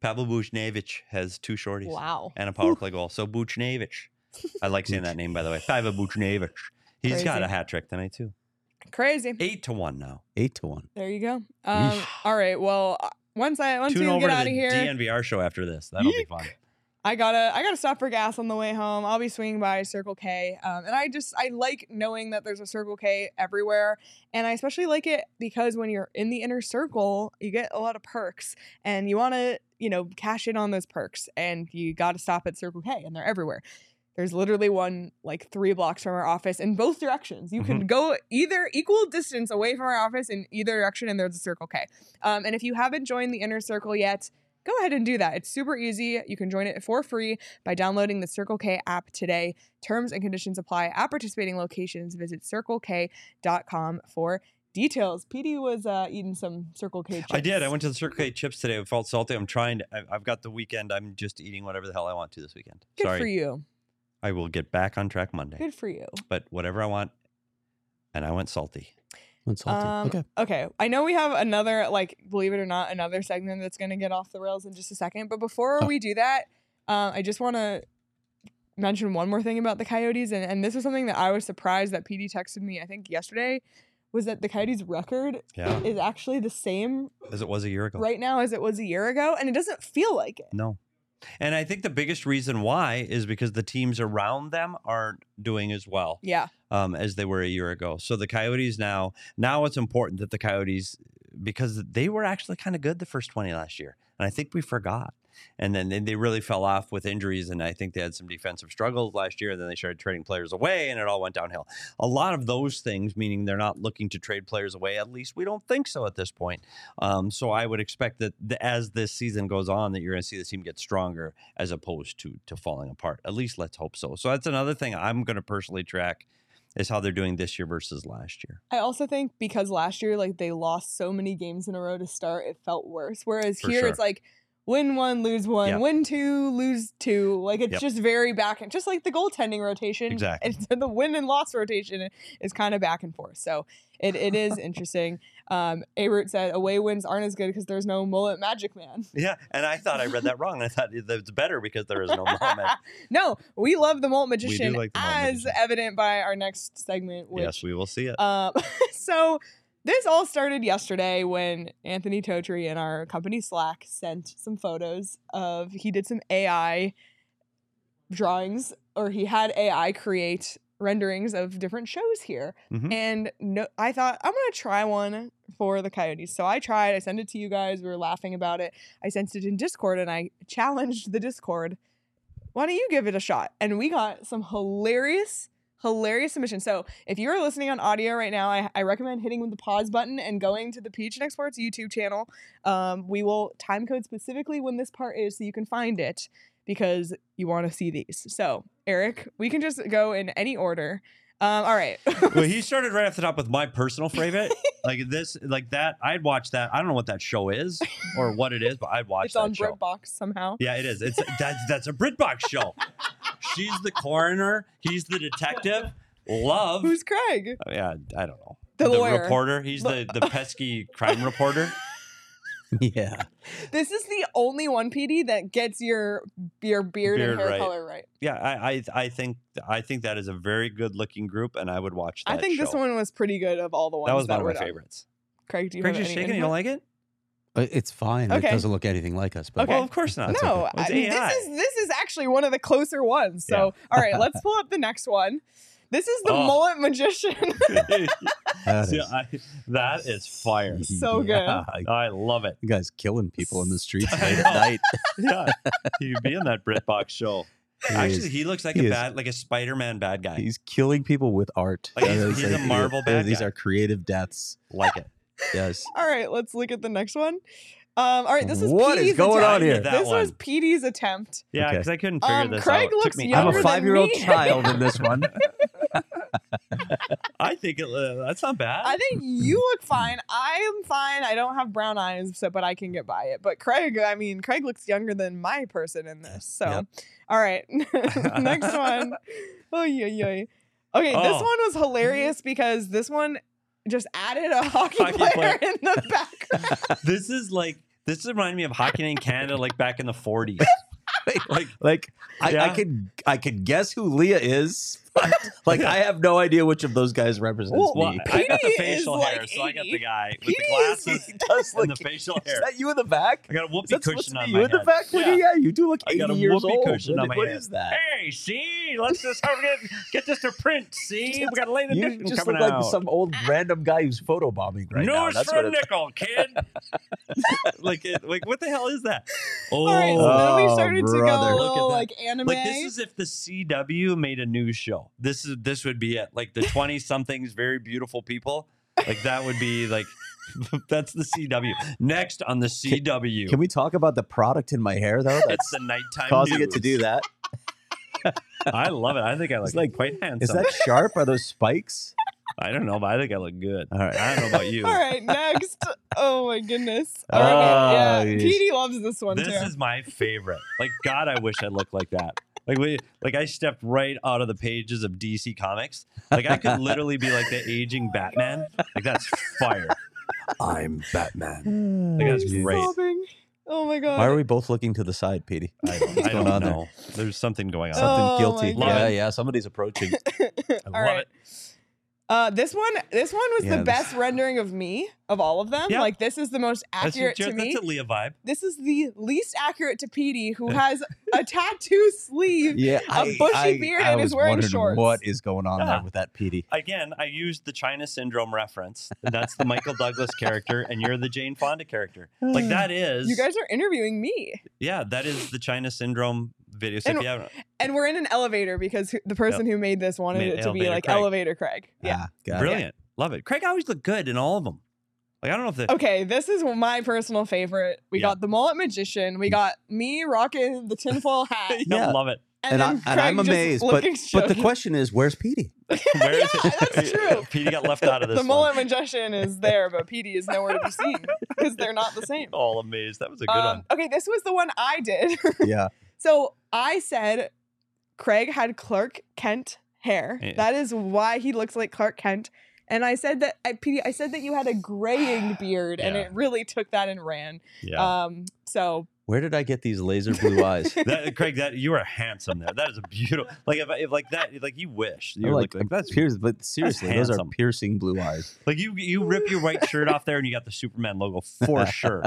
S2: Pavel Buchnevich has two shorties
S1: wow.
S2: and a power play goal. So Buchnevich. I like saying that name, by the way. Pavel Buchnevich. He's got
S1: Crazy.
S2: a hat trick tonight, too.
S1: Crazy.
S2: Eight to one now.
S3: Eight to one.
S1: There you go. Um, all right. Well, uh, once I once
S2: Tune
S1: you
S2: over
S1: get
S2: to
S1: out
S2: the
S1: of here,
S2: DNVR show after this. That'll be fun.
S1: I gotta I gotta stop for gas on the way home. I'll be swinging by Circle K, um, and I just I like knowing that there's a Circle K everywhere, and I especially like it because when you're in the inner circle, you get a lot of perks, and you want to you know cash in on those perks, and you gotta stop at Circle K, and they're everywhere. There's literally one like three blocks from our office in both directions. You
S2: Mm-hmm.
S1: can go either equal distance away from our office in either direction, and there's a Circle K. Um, and if you haven't joined the inner circle yet, go ahead and do that. It's super easy. You can join it for free by downloading the Circle K app today. Terms and conditions apply at participating locations. Visit circlek.com for details. PD was uh, eating some Circle K chips.
S2: I did. I went to the Circle K chips today. It felt salty. I'm trying to. I- I've got the weekend. I'm just eating whatever the hell I want to this weekend.
S1: Good
S2: Sorry.
S1: for you.
S2: I will get back on track Monday.
S1: Good for you.
S2: But whatever I want, and I went salty.
S3: One salty.
S1: Um,
S3: okay.
S1: Okay. I know we have another, like, believe it or not, another segment that's going to get off the rails in just a second. But before
S3: Oh.
S1: we do that, uh, I just want to mention one more thing about the Coyotes. And, and this was something that I was surprised that PD texted me, I think, yesterday, was that the Coyotes' record
S2: Yeah,
S1: is actually the same
S2: as it was a year ago.
S1: right now as it was a year ago. And it doesn't feel like it.
S2: No. And I think the biggest reason why is because the teams around them aren't doing as well
S1: Yeah.
S2: um, as they were a year ago. So the Coyotes now, now it's important that the Coyotes, because they were actually kind of good the first 20 last year. And I think we forgot. And then they- they really fell off with injuries. And I think they had some defensive struggles last year. And then they started trading players away and it all went downhill. A lot of those things, meaning they're not looking to trade players away. At least we don't think so at this point. Um, so I would expect that the, as this season goes on, that you're going to see the team get stronger as opposed to to falling apart. At least let's hope so. So that's another thing I'm going to personally track is how they're doing this year versus last year.
S1: I also think because last year, like, they lost so many games in a row to start, it felt worse. Whereas
S2: For
S1: here,
S2: sure.
S1: it's like, Win one, lose one.
S2: Yeah.
S1: Win two, lose two. Like it's
S2: Yep.
S1: just very back and just like the goaltending rotation.
S2: Exactly.
S1: It's the win and loss rotation is kind of back and forth. So it, it is interesting. Um, A Root said away wins aren't as good because there's no mullet magic man.
S2: Yeah, and I thought I read that wrong. I thought it's better because there is no moment.
S1: no, we love the mole magician,
S2: like the Mole
S1: as
S2: Magician.
S1: evident by our next segment. Which,
S2: yes, we will see it.
S1: Um, so this all started yesterday when Anthony Totri in our company Slack sent some photos of he did some AI drawings or he had AI create renderings of different shows here.
S2: Mhm.
S1: And no I thought I'm gonna try one for the coyotes. So I tried, I sent it to you guys, we were laughing about it. I sent it in Discord and I challenged the Discord. Why don't you give it a shot? And we got some hilarious, hilarious submissions. So if you're listening on audio right now, I, I recommend hitting the pause button and going to the Peach and Exports YouTube channel. Um, we will time code specifically when this part is so you can find it because you want to see these. So, Eric, we can just go in any order. Um, all right.
S2: well, he started right off the top with my personal favorite. like this, like that. I'd watch that. I don't know what that show is or what it is, but I'd watch
S1: it's
S2: that
S1: on
S2: show.
S1: BritBox somehow.
S2: Yeah, it is. It's that's that's a BritBox show. She's the coroner. He's the detective. Love.
S1: Who's Craig?
S2: yeah, I don't know.
S1: The lawyer.
S2: reporter. He's the the pesky crime reporter.
S3: Yeah.
S1: This is the only one PD that gets your your beard,
S2: Beard
S1: and hair
S2: right.
S1: color right.
S2: Yeah, I, I I think I think that is a very good looking group, and I would watch that.
S1: I think this
S2: show.
S1: one was pretty good of all the ones
S2: that was one of
S1: were
S2: my
S1: done.
S2: favorites.
S1: Craig, do you
S2: Craig's
S1: have
S2: just
S1: any
S2: shaking. You
S1: input?
S2: don't like it?
S3: I- Uh, It's fine.
S1: Okay.
S3: It doesn't look anything like us, but
S1: Okay.
S2: Well, of course not.
S3: That's
S1: no,
S2: okay. It's
S1: I mean,
S2: AI.
S1: this is this is actually one of the closer ones. So, all right, let's pull up the next one. This is the
S2: Oh.
S1: mullet magician.
S3: that
S2: See,
S3: is-
S2: I- that is fire.
S1: so good.
S3: Yeah.
S2: I love it.
S3: You guys killing people in the streets late at
S2: know.
S3: night.
S2: Yeah, he'd be in that BritBox show.
S3: He is-
S2: Actually, he looks like
S3: he
S2: a
S3: is-
S2: bad, like a Spider-Man bad guy.
S3: he's killing people with art.
S2: Like, he's-
S3: That is
S2: he's a Marvel
S3: yeah,
S2: bad
S3: These
S2: guy.
S3: are creative deaths.
S2: like it.
S3: Yes.
S1: all right, let's look at the next one. Um, all right, this is
S3: What is
S1: PD's
S3: going
S2: I
S1: attempt.
S3: on
S2: did
S3: here?
S2: that
S1: E This was
S2: one.
S1: PD's attempt.
S2: yeah,
S3: Okay.
S2: because I couldn't figure
S1: Um,
S2: this
S1: Craig
S2: out. It took
S1: looks
S2: me
S1: younger than
S3: I'm a
S2: hours.
S3: five year old
S1: me.
S3: child in this one.
S2: I think it, uh, that's not bad.
S1: I think you look fine. I'm fine. I don't have brown eyes, so but I can get by it. But Craig, I mean, Craig looks younger than my person in this. So,
S2: Yep.
S1: all right, next one. Oh yeah, yeah. Okay, this
S2: Oh.
S1: one was hilarious because this one just added a hockey,
S2: Hockey
S1: player,
S2: player.
S1: in the background.
S2: this is like this reminded me of hockey in Canada, like back in the 40s.
S3: Like I,
S2: Yeah.
S3: I could I could guess who Leah is. Like I have no idea which of those guys represents
S2: Well,
S3: me.
S2: I got the
S1: Petey is
S2: facial
S1: like
S2: hair, so I got
S1: 80.
S2: the guy with the
S1: Petey is
S2: glasses
S3: does
S2: and the facial hair.
S3: Is that you in the back?
S2: I got a
S3: Is
S2: whoopee
S3: that supposed
S2: cushion
S3: to be
S2: on
S3: you
S2: my
S3: in the
S2: head.
S3: back? Yeah.
S2: Yeah.
S3: yeah, you do look
S2: I
S3: 80
S2: got a
S3: years
S2: whoopee
S3: old.
S2: cushion
S3: What-
S2: on my
S3: what
S2: head.
S3: is that?
S2: Hey, see, let's just how we get, get this to print. See, we got a late
S3: You
S2: edition
S3: just
S2: coming
S3: look like
S2: out.
S3: some old random guy who's photobombing right now.
S2: News
S3: That's
S2: for
S3: what
S2: a
S3: it-
S2: nickel, kid. like, it- like, what the hell is that?
S1: All
S2: Oh,
S1: right, so then we
S3: Oh,
S1: started to
S3: brother.
S1: go a
S2: Look at
S1: little
S2: that.
S1: like anime.
S2: like this is if the CW made a news show. This is this would be it. Like the twenty somethings, very beautiful people. Like that would be like that's the CW. Next on the CW,
S3: Can we talk about the product in my hair though?
S2: it's
S3: That's
S2: the nighttime
S3: causing
S2: news.
S3: it to do that.
S2: I love it. I think I look
S3: It's like-
S2: quite handsome.
S3: Is that sharp? Are those spikes?
S2: I don't know, but I think I look good.
S3: All right.
S2: I don't know about you.
S1: All right, next. oh my goodness.
S3: Oh,
S1: All right, yeah.
S3: geez.
S1: Petey loves this one
S2: Oh, This
S1: too.
S2: is my favorite. Like God, I wish I looked like that. Like we, like I stepped right out of the pages of DC Comics. Like I could literally be like the aging Batman. Like that's fire. I'm Batman.
S3: I
S2: think that's
S1: I'm
S2: great.
S1: sobbing. Oh my god.
S3: Why are we both looking to the side, Petey?
S2: I don't, I
S3: going
S2: don't
S3: on there?
S2: know. There's something going on.
S1: Oh.
S3: Something guilty.
S1: my
S3: Yeah,
S2: God.
S3: yeah. Somebody's approaching.
S2: I love
S1: All right.
S2: it.
S1: Uh, this one, this one was
S3: Yeah,
S1: the
S3: this-
S1: best rendering of me of all of them.
S2: Yeah.
S1: Like this is the most
S2: That's,
S1: accurate
S2: that's
S1: to me.
S2: a Leah vibe.
S1: this is the least accurate to Petey, who has a tattoo sleeve.
S3: Yeah,
S1: A bushy beard and is
S3: was
S1: wearing
S3: wondering
S1: shorts.
S3: What is going on
S2: Yeah.
S3: there with that Petey?
S2: Again, I used the China Syndrome reference. That's the Michael Douglas character, and you're the Jane Fonda character. Like that is,
S1: You guys are interviewing me,
S2: yeah, that is the China Syndrome video. So if
S1: And-
S2: you haven't,
S1: and we're in an elevator because who- the person who made this wanted
S2: Made
S1: it to be
S2: Elevator
S1: like
S2: Craig.
S1: elevator Craig. Yeah.
S3: Ah, got it.
S2: brilliant, love it. Craig always looked good in all of them. Like I don't know if the
S1: Okay, this is my personal favorite. We
S2: Yeah.
S1: got the mullet magician. We got me rocking the tinfoil hat, and,
S2: yeah,
S3: Yeah.
S2: love it.
S3: And, I,
S1: then Craig
S3: and I'm
S1: just
S3: amazed, but
S1: looking
S3: but the
S1: shook.
S3: question is, where's Petey?
S2: Where is
S1: Yeah, that's true.
S2: Petey got left out of this.
S1: the
S2: one.
S1: mullet magician is there, but Petey is nowhere to be seen because they're not the same.
S2: All amazed. That was a good
S1: Um, okay, this was the one I did.
S3: Yeah,
S1: so I said Craig had Clark Kent hair.
S2: Yeah.
S1: That is why he looks like Clark Kent. And I said that I, Petey, I said that you had a graying beard, and
S2: Yeah.
S1: it really took that and ran.
S2: one. Yeah.
S1: Um, so
S3: where did I get these laser blue eyes?
S2: that, Craig, that you are handsome there. That is a beautiful. Like if, if like that, like you wish you
S3: I'm
S2: like,
S3: I'm
S2: like that's
S3: pierced- but seriously, those are
S2: handsome.
S3: piercing blue eyes.
S2: Like you, you rip your white shirt off there, and you got the Superman logo for sure.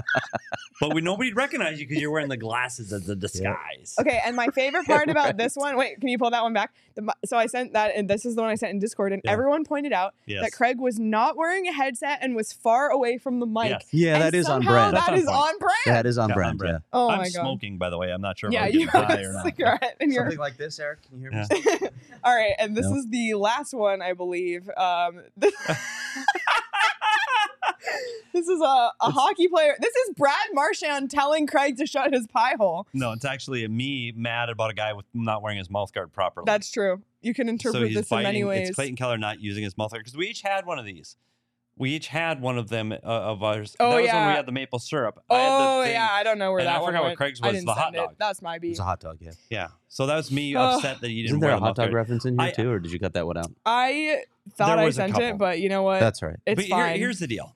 S2: but we nobody'd recognize you because you're wearing the glasses as a disguise.
S1: okay, and my favorite part about this one, wait, can you pull that one back? The, mu- so I sent that, and this is the one I sent in Discord, and
S2: Yeah.
S1: everyone pointed out
S2: Yes.
S1: that Craig was not wearing a headset and was far away from the mic.
S2: Yes.
S3: Yeah,
S1: And
S3: that is on
S1: somehow
S3: brand.
S2: That's
S1: That
S2: on
S1: is
S2: point.
S1: on brand.
S3: that is on
S2: Yeah, on
S3: brand.
S2: brand.
S1: Oh
S2: I'm
S1: my god.
S2: smoking, by the way. I'm not sure.
S1: yeah,
S2: if I'm
S1: you
S2: gonna
S1: are
S2: die
S1: a
S2: or not.
S1: cigarette in your.
S3: like this, Eric. Can you hear
S2: me?
S1: All right, and this
S3: No.
S1: is the last one, I believe. Um, this, this is a, a hockey player. This is Brad Marchand telling Craig to shut his pie hole.
S2: No, it's actually me mad about a guy with not wearing his mouth guard properly.
S1: That's true. You can interpret this in many ways.
S2: It's Clayton Keller not using his mouth guard because we each had one of these. We each had one of them uh, of ours.
S1: Oh,
S2: that was when we
S1: yeah.
S2: had the maple syrup. I had the
S1: Oh
S2: thing-
S1: yeah, I don't know where
S2: and I
S1: that one
S2: forgot what
S1: went.
S2: Craig's
S1: I
S2: was,
S1: didn't
S2: the hot
S1: send it.
S2: dog.
S1: That's my beat.
S3: It's a hot dog. Yeah.
S2: yeah. So that was me
S1: Ugh.
S2: upset that you didn't.
S3: Isn't there
S2: wear
S3: a
S2: the
S3: hot
S2: mouth
S3: dog
S2: guard.
S3: reference in here
S2: I-
S3: too, or did you cut that one out?
S1: I thought I
S2: was a
S1: sent
S2: couple.
S1: it, but you know what?
S3: That's right.
S1: it's
S2: but here-
S1: fine.
S2: here's the deal.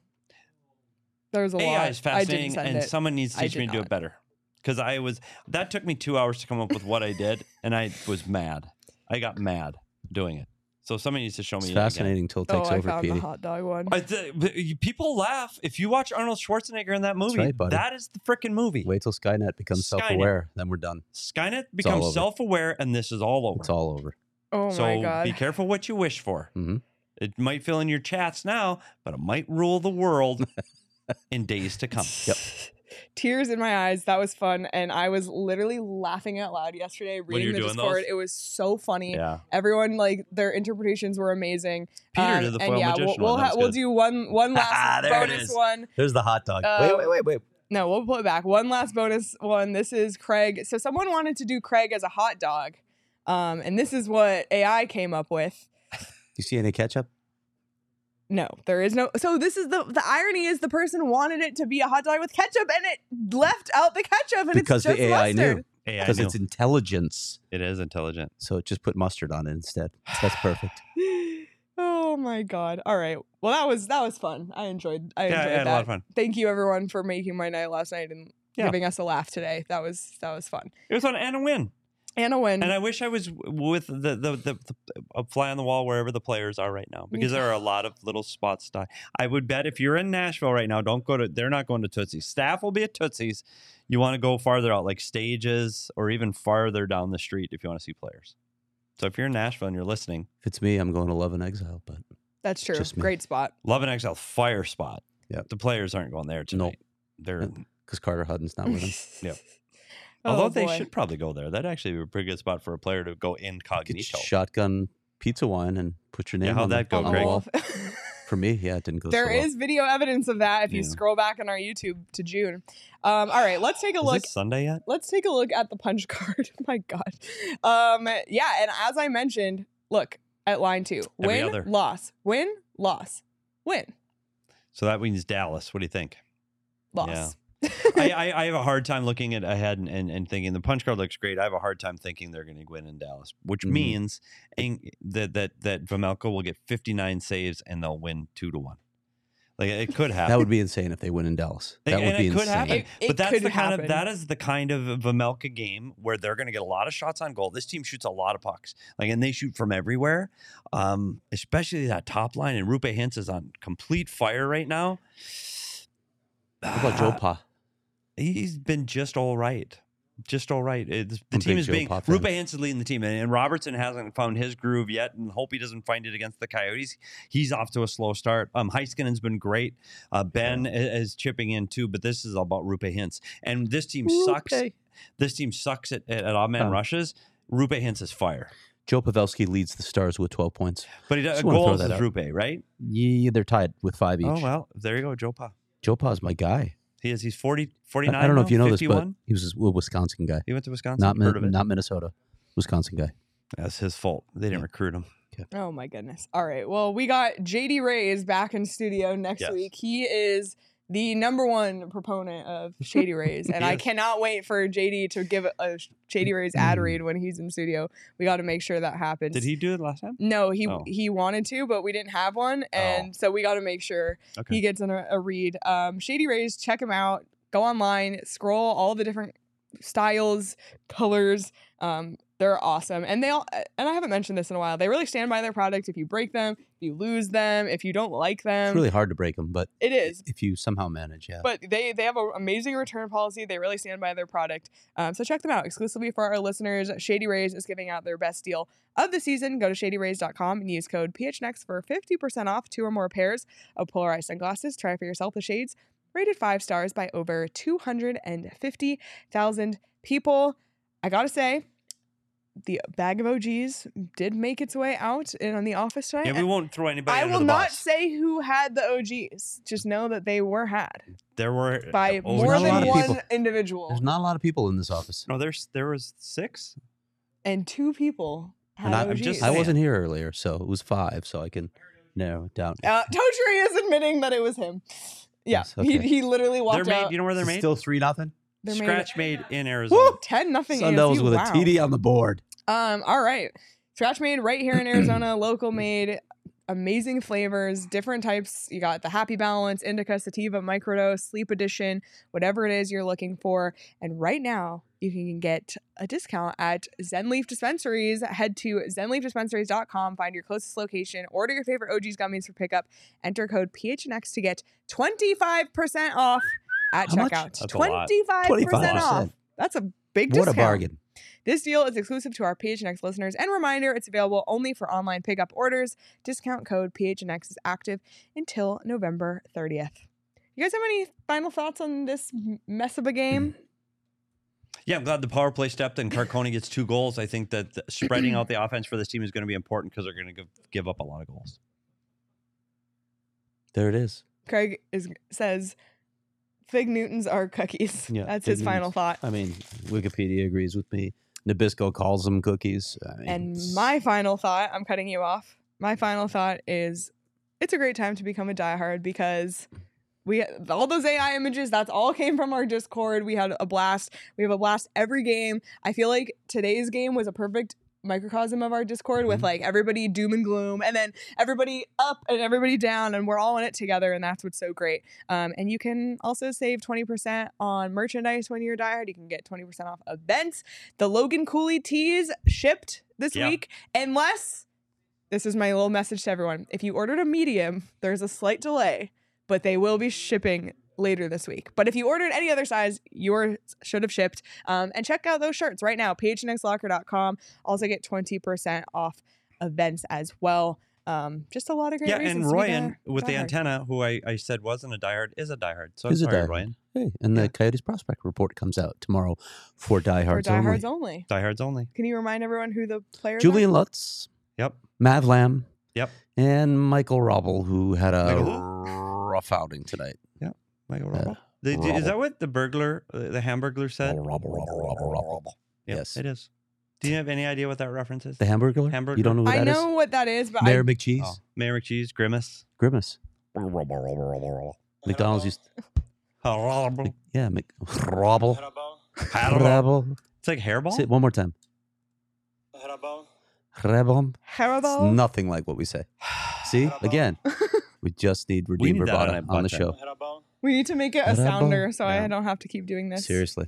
S1: There's a
S2: AI
S1: lot.
S2: is
S1: I didn't
S2: fascinating,
S1: send
S2: and
S1: it.
S2: someone needs to
S1: I
S2: teach
S1: did
S2: me to do it
S1: not.
S2: better. Because I was that took me two hours to come up with what I did, and I was mad. I got mad doing it. So somebody needs to show me.
S3: It's
S2: it again.
S3: fascinating till it
S1: oh,
S3: takes
S1: I
S3: over,
S1: found the
S3: Petey.
S1: hot dog one.
S2: I, th- but you- people laugh if you watch Arnold Schwarzenegger in that movie.
S3: right, buddy.
S2: that is the freaking movie.
S3: Wait till Skynet becomes
S2: Skynet.
S3: self-aware, then we're done.
S2: Skynet
S3: It's all
S2: becomes
S3: over.
S2: self-aware, and this is all over.
S3: It's all over.
S1: oh
S2: so
S1: my god.
S2: be careful what you wish for.
S3: Mhm.
S2: It might fill in your chats now, but it might rule the world in days to come.
S1: Tears in my eyes. That was fun. And I was literally laughing out loud yesterday
S2: When
S1: reading
S2: you were
S1: the
S2: doing
S1: Discord.
S2: those?
S1: It was so funny.
S2: Yeah,
S1: Everyone, like, their interpretations were amazing.
S2: Peter
S1: Um,
S2: did the foil
S1: and yeah, we'll,
S2: magician.
S1: we'll,
S2: one. That
S1: ha-
S2: was
S1: we'll
S2: good.
S1: do one one
S2: Ah,
S1: last
S2: there it
S1: bonus
S2: is.
S1: one.
S3: There's the hot dog.
S1: Uh,
S3: wait, wait, wait, wait.
S1: No, we'll pull it back. One last bonus one. This is Craig. So someone wanted to do Craig as a hot dog. Um, and this is what AI came up with.
S3: You see any ketchup?
S1: No, there is no. So this is the the irony is the person wanted it to be a hot dog with ketchup, and it left out the ketchup, and
S3: Because
S1: it's just
S3: the AI
S1: mustard.
S3: knew.
S2: Hey, I
S3: Because
S2: knew.
S3: it's intelligence.
S2: it is intelligent.
S3: So it just put mustard on it instead. That's perfect.
S1: oh my god all right well that was that was fun i enjoyed i
S2: yeah, I
S1: enjoyed
S2: had
S1: that
S2: a lot of fun.
S1: thank you everyone for making my night last night and
S2: Yeah.
S1: giving us a laugh today that was that was fun
S2: It was on and a win.
S1: and a win.
S2: And I wish I was w- with the the, the, the a fly on the wall wherever the players are right now because there are a lot of little spots. To, I would bet if you're in Nashville right now, don't go to. They're not going to Tootsie's. Staff will be at Tootsie's. You want to go farther out, like stages, or even farther down the street if you want to see players. So if you're in Nashville and you're listening,
S3: If it's me, I'm going to Love and Exile, but
S1: That's true.
S3: Just me.
S1: Great spot.
S2: Love and Exile Fire Spot.
S3: Yep.
S2: the players aren't going there tonight.
S3: Nope.
S2: They're
S3: because Carter Hutton's not with him.
S2: Yep.
S1: Oh,
S2: although they
S1: boy.
S2: should probably go there. That'd actually be a pretty good spot for a player to go
S3: Get
S2: incognito.
S3: shotgun pizza wine and put your name
S2: Yeah, how'd
S3: on the-
S2: that go,
S3: on the
S2: Craig?
S3: wall. For me, yeah, it didn't go
S1: There
S3: so
S1: is video evidence of that if you
S2: Yeah.
S1: scroll back on our YouTube to June. Um, all right, let's take a
S2: Is
S1: look.
S2: it Sunday yet?
S1: Let's take a look at the punch card. Oh My God. Um, yeah, and as I mentioned, look at line two:
S2: Every
S1: win,
S2: other.
S1: loss, win, loss, win,
S2: So that means Dallas. What do you think?
S1: loss.
S2: I, I, I have a hard time looking at ahead and, and, and thinking the punch card looks great. I have a hard time thinking they're going to win in Dallas, which
S3: Mhm.
S2: means and that that that Vamelko will get 59 saves and they'll win two to one. Like it could
S3: well.
S2: happen.
S3: That would be insane if they win in Dallas.
S2: Like,
S3: That would
S2: and
S3: be
S2: it could
S3: insane.
S2: happen.
S1: It- it
S2: but that's
S1: could
S2: the kind
S1: happen.
S2: of that is the kind of Vamelka game where they're going to get a lot of shots on goal. This team shoots a lot of pucks, like and they shoot from everywhere, um, especially that top line. And Rupe Hintz is on complete fire right now.
S3: What about Joe
S2: Ah,
S3: Pa?
S2: he's been just all right. Just all right. It's, the
S3: I'm
S2: team
S3: big
S2: is
S3: Joe
S2: being
S3: Pop fan.
S2: Rupe Hansen leading the team, and, and Robertson hasn't found his groove yet, and hope he doesn't find it against the Coyotes. He's off to a slow start. Um, Heiskanen's been great. Uh, ben i- is chipping in too, but this is all about Rupe Hintz. And this team sucks. This team sucks at at, at odd man
S3: Oh.
S2: rushes. Rupe Hintz is fire,
S3: Joe Pavelski leads the Stars with 12 points.
S2: but he does
S3: Just wanna throw
S2: goals
S3: that
S2: is
S3: out.
S2: Rupe, right?
S3: Yeah, they're tied with five each.
S2: Oh well, there you go, Joe Pa.
S3: Joe Pa's my guy.
S2: He is. He's 40,
S3: I-
S2: 49
S3: I don't know
S2: now,
S3: if you know this,
S2: 51?
S3: but he was a Wisconsin guy,
S2: he went to Wisconsin.
S3: not
S2: Heard of
S3: Min-
S2: it.
S3: not Minnesota, Wisconsin guy.
S2: That's his fault. They didn't
S3: Yeah.
S2: recruit him.
S1: Oh my goodness. All right. Well, we got JD Rays back in studio next
S2: Yes.
S1: week. He is the number one proponent of Shady Rays, and I
S2: Yes.
S1: cannot wait for JD to give a Shady Rays ad read when he's in studio. We got to make sure that happens.
S2: Mm. Did he do it last time?
S1: No, he
S2: Oh.
S1: he wanted to, but we didn't have one, and so we got to make sure
S2: Okay.
S1: he gets in a, a read. Um, Shady Rays, check him out. Go online, scroll all the different styles, colors. Um, they're awesome, and they all. uh, And I haven't mentioned this in a while. They really stand by their product. If you break them, if you lose them, if you don't like them,
S3: It's really hard to break him, but
S1: it Um, is.
S3: if you somehow manage, yeah.
S1: But they they have an amazing return policy. They really stand by their product. Um, so check them out exclusively for our listeners. Shady Rays is giving out their best deal of the season. Go to shadyrays.com and use code PHNX E for 50% off two or more pairs of polarized sunglasses. Try for yourself the shades rated five stars by over 250,000 people. I gotta say, the bag of OGs did make its way out in on the office tonight.
S2: Yeah, we won't throw anybody.
S1: I
S2: under
S1: will
S2: the
S1: not
S2: bus.
S1: say who had the OGs. Just know that they were had
S2: there were
S1: by
S2: oh,
S1: more
S3: not a lot
S1: than
S3: of
S1: one
S3: people.
S1: individual
S3: There's not a lot of people in this office.
S2: No, there's there was six.
S1: and two people had
S3: And I-
S2: I'm just
S1: OGs.
S3: I
S2: saying.
S3: wasn't here earlier, so it was five, so I can narrow it down.
S1: Uh, Totri is admitting that it was him. Yeah,
S3: Yes,
S1: he,
S3: okay.
S1: he literally
S2: They're
S1: walked
S2: made.
S1: out.
S2: You know where they're
S3: Is it
S2: made?
S3: Still three nothing.
S1: They're made-
S2: Scratch made in Arizona.
S1: Woo, ten nothing.
S3: Sun Devils with
S1: wow.
S3: a TD on the board.
S1: Um, all right, scratch made right here in Arizona, local made. Amazing flavors, different types. You got the Happy Balance, Indica, Sativa, Microdose, Sleep Edition, whatever it is you're looking for. And right now, you can get a discount at Zenleaf Dispensaries. Head to zenleafdispensaries.com, find your closest location, order your favorite OG's gummies for pickup, enter code PHNX to get 25% off at
S3: How much?
S1: checkout.
S2: That's a lot.
S1: 25%
S3: 25%.
S1: off. That's a big
S3: What a
S1: discount.
S3: bargain!
S1: This deal is exclusive to our PHNX listeners. And reminder, it's available only for online pickup orders. Discount code PHNX is active until November 30th. You guys have any final thoughts on this m- mess of a game?
S2: Yeah, I'm glad the power play stepped and Carcone gets two goals. I think that the- spreading out the offense for this team is going to be important because they're going to give, give up a lot of goals.
S3: There it is.
S1: Craig is, says, Fig Newtons are cookies.
S3: Yeah,
S1: That's
S3: Fig
S1: his final
S3: Newtons.
S1: thought.
S3: I mean, Wikipedia agrees with me. Nabisco calls them cookies. I mean,
S1: And
S3: it's-
S1: my final thought, I'm cutting you off. My final thought is it's a great time to become a diehard because we all those AI images, that's all came from our Discord. We had a blast. We have a blast every game. I feel like today's game was a perfect microcosm of our Discord with
S3: Mhm.
S1: like everybody doom and gloom, and then everybody up and everybody down, and we're all in it together, and that's what's so great. Um, and you can also save twenty percent on merchandise when you're diehard. You can get twenty percent off events. The Logan Cooley tees shipped this
S2: Yeah.
S1: week, unless. This is my little message to everyone. If you ordered a medium, there's a slight delay, but they will be shipping later this week. But if you ordered any other size, yours should have shipped. Um, and check out those shirts right now, phnxlocker.com. Also get 20% off events as well. Um, just a lot of great
S2: yeah,
S1: reasons.
S2: and
S1: to be
S2: Royan
S1: di-
S2: with the
S1: diehard.
S2: antenna, who I, I said wasn't a diehard, is a diehard. So
S3: Is a
S2: I'm sorry,
S3: diehard.
S2: Royan.
S3: Hey, and
S2: Yeah.
S3: the Coyotes prospect report comes out tomorrow
S1: For
S3: for diehards only.
S1: diehards only.
S2: Diehards only.
S1: Can you remind everyone who the players
S3: Julian Lutz,
S2: Yep.
S3: Mav Lamb,
S2: Yep.
S3: and Michael Robble, who had a
S2: Michael
S3: rough outing tonight.
S2: Michael
S3: Yeah.
S2: Robel. They- d- Is
S3: Robel.
S2: that what the burglar, uh, the hamburglar said?
S3: Robble, Robble, Robble, Robble, Robble.
S2: Yep,
S3: Yes.
S2: It is. Do you have any idea what that reference is?
S3: The hamburger?
S2: Hamburglar.
S3: You don't know who
S1: are?
S3: that
S1: I
S3: is?
S1: know what that is, but I,
S3: Mayor McCheese?
S2: Oh, Mayor McCheese, Grimace.
S3: Grimace. McDonald's used
S2: Horrible.
S3: yeah, Mc Robble.
S2: Horrible.
S3: Robble.
S2: It's like hairball.
S3: Say it one more time. Robble. It's
S1: Haribo.
S3: nothing like what we say. See? Again, we just need
S2: We need
S3: Redeem
S2: that on
S3: Bravada
S2: a
S3: on
S2: button.
S3: the show.
S1: we need to make it a
S3: Haribo.
S1: sounder so I
S2: Yeah.
S1: don't have to keep doing this.
S3: Seriously.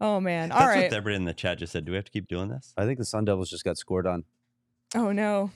S1: Oh, man. All
S2: That's
S1: right.
S2: what everybody in the chat just said. Do we have to keep doing this?
S3: I think the Sun Devils just got scored on.
S1: Oh no.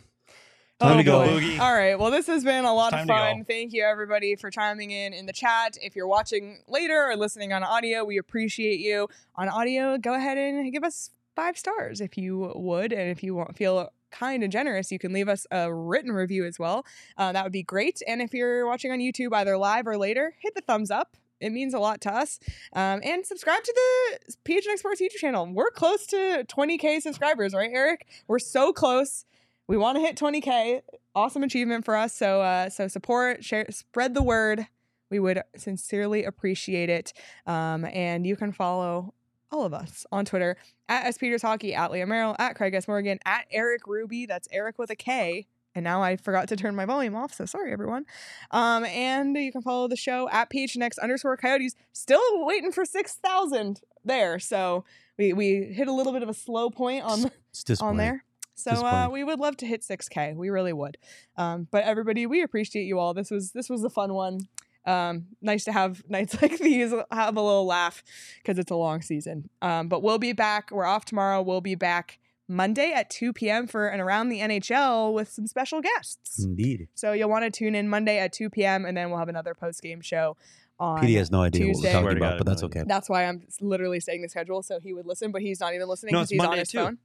S1: Oh,
S2: Time to go,
S1: boy.
S2: Boogie.
S1: All right. Well, this has been a lot
S2: Time
S1: of
S2: to go.
S1: fun. Thank you, everybody, for chiming in in the chat. If you're watching later or listening on audio, we appreciate you. On audio, go ahead and give us five stars if you would. And if you want, feel kind and generous, you can leave us a written review as well. Uh, that would be great. And if you're watching on YouTube, either live or later, hit the thumbs up. It means a lot to us. Um, and subscribe to the PHNX Sports YouTube channel. We're close to 20K subscribers, right, Eric? We're so close. We want to hit 20K. Awesome achievement for us. So, uh, so support, share, spread the word. We would sincerely appreciate it. Um, and you can follow all of us on Twitter at S Peters Hockey, at Leah Merrill, at Craig S Morgan, at Eric Ruby. That's Eric with a K. And now I forgot to turn my volume off, so sorry everyone. Um, and you can follow the show at PHNX underscore Coyotes. Still waiting for six thousand there, so we we hit a little bit of a slow point on the
S3: It's disappointing.
S1: on there. So uh,
S3: Disappointing.
S1: we would love to hit 6K. We really would. Um, but everybody, we appreciate you all. This was this was a fun one. Um, nice to have nights like these. Have a little laugh because it's a long season. Um, but we'll be back. We're off tomorrow. We'll be back Monday at 2 p.m. for an around the NHL with some special guests.
S2: Mm.
S3: Indeed.
S1: So you'll want to tune in Monday at 2 p.m. and then we'll have another post game show on.
S3: PD has no idea
S1: Tuesday.
S3: what we're
S2: Swear
S3: talking
S2: to
S3: about,
S2: God,
S3: but
S2: I
S3: that's
S2: have no
S3: okay.
S1: That's why I'm literally saying the schedule so he would listen, but he's not even listening
S2: No,
S1: because
S2: it's
S1: he's on
S2: Monday at
S1: his
S2: 2.
S1: phone.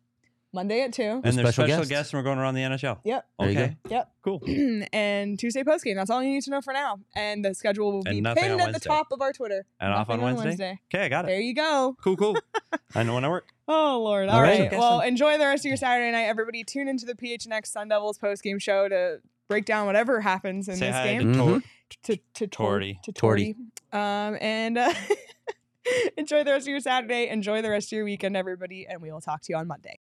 S1: Monday at two.
S2: And there's
S3: special
S2: special
S3: guest.
S2: guests, and we're going around the NHL.
S1: Yep.
S3: There you go.
S2: Okay.
S1: Yep.
S2: Cool.
S1: and Tuesday postgame. That's all you need to know for now. And the schedule will
S2: And
S1: be
S2: nothing
S1: pinned
S2: on
S1: at the
S2: Wednesday.
S1: top of our Twitter.
S2: And off on
S1: Nothing
S2: Wednesday? Okay, I got it.
S1: There you go.
S2: Cool, cool. I know when I work.
S1: Oh Lord.
S3: All
S1: all right.
S3: right.
S1: Well, enjoy the rest of your Saturday night, everybody. Tune into the PHNX Sun Devils postgame show to break down whatever happens in
S2: Say
S1: this
S2: hi
S1: game.
S2: to
S3: Mm-hmm.
S2: Tor-
S1: to to Tor-
S2: Torty.
S1: to
S3: Torty.
S1: Torty. Um, and uh, enjoy the rest of your Saturday. Enjoy the rest of your weekend, everybody. And we will talk to you on Monday.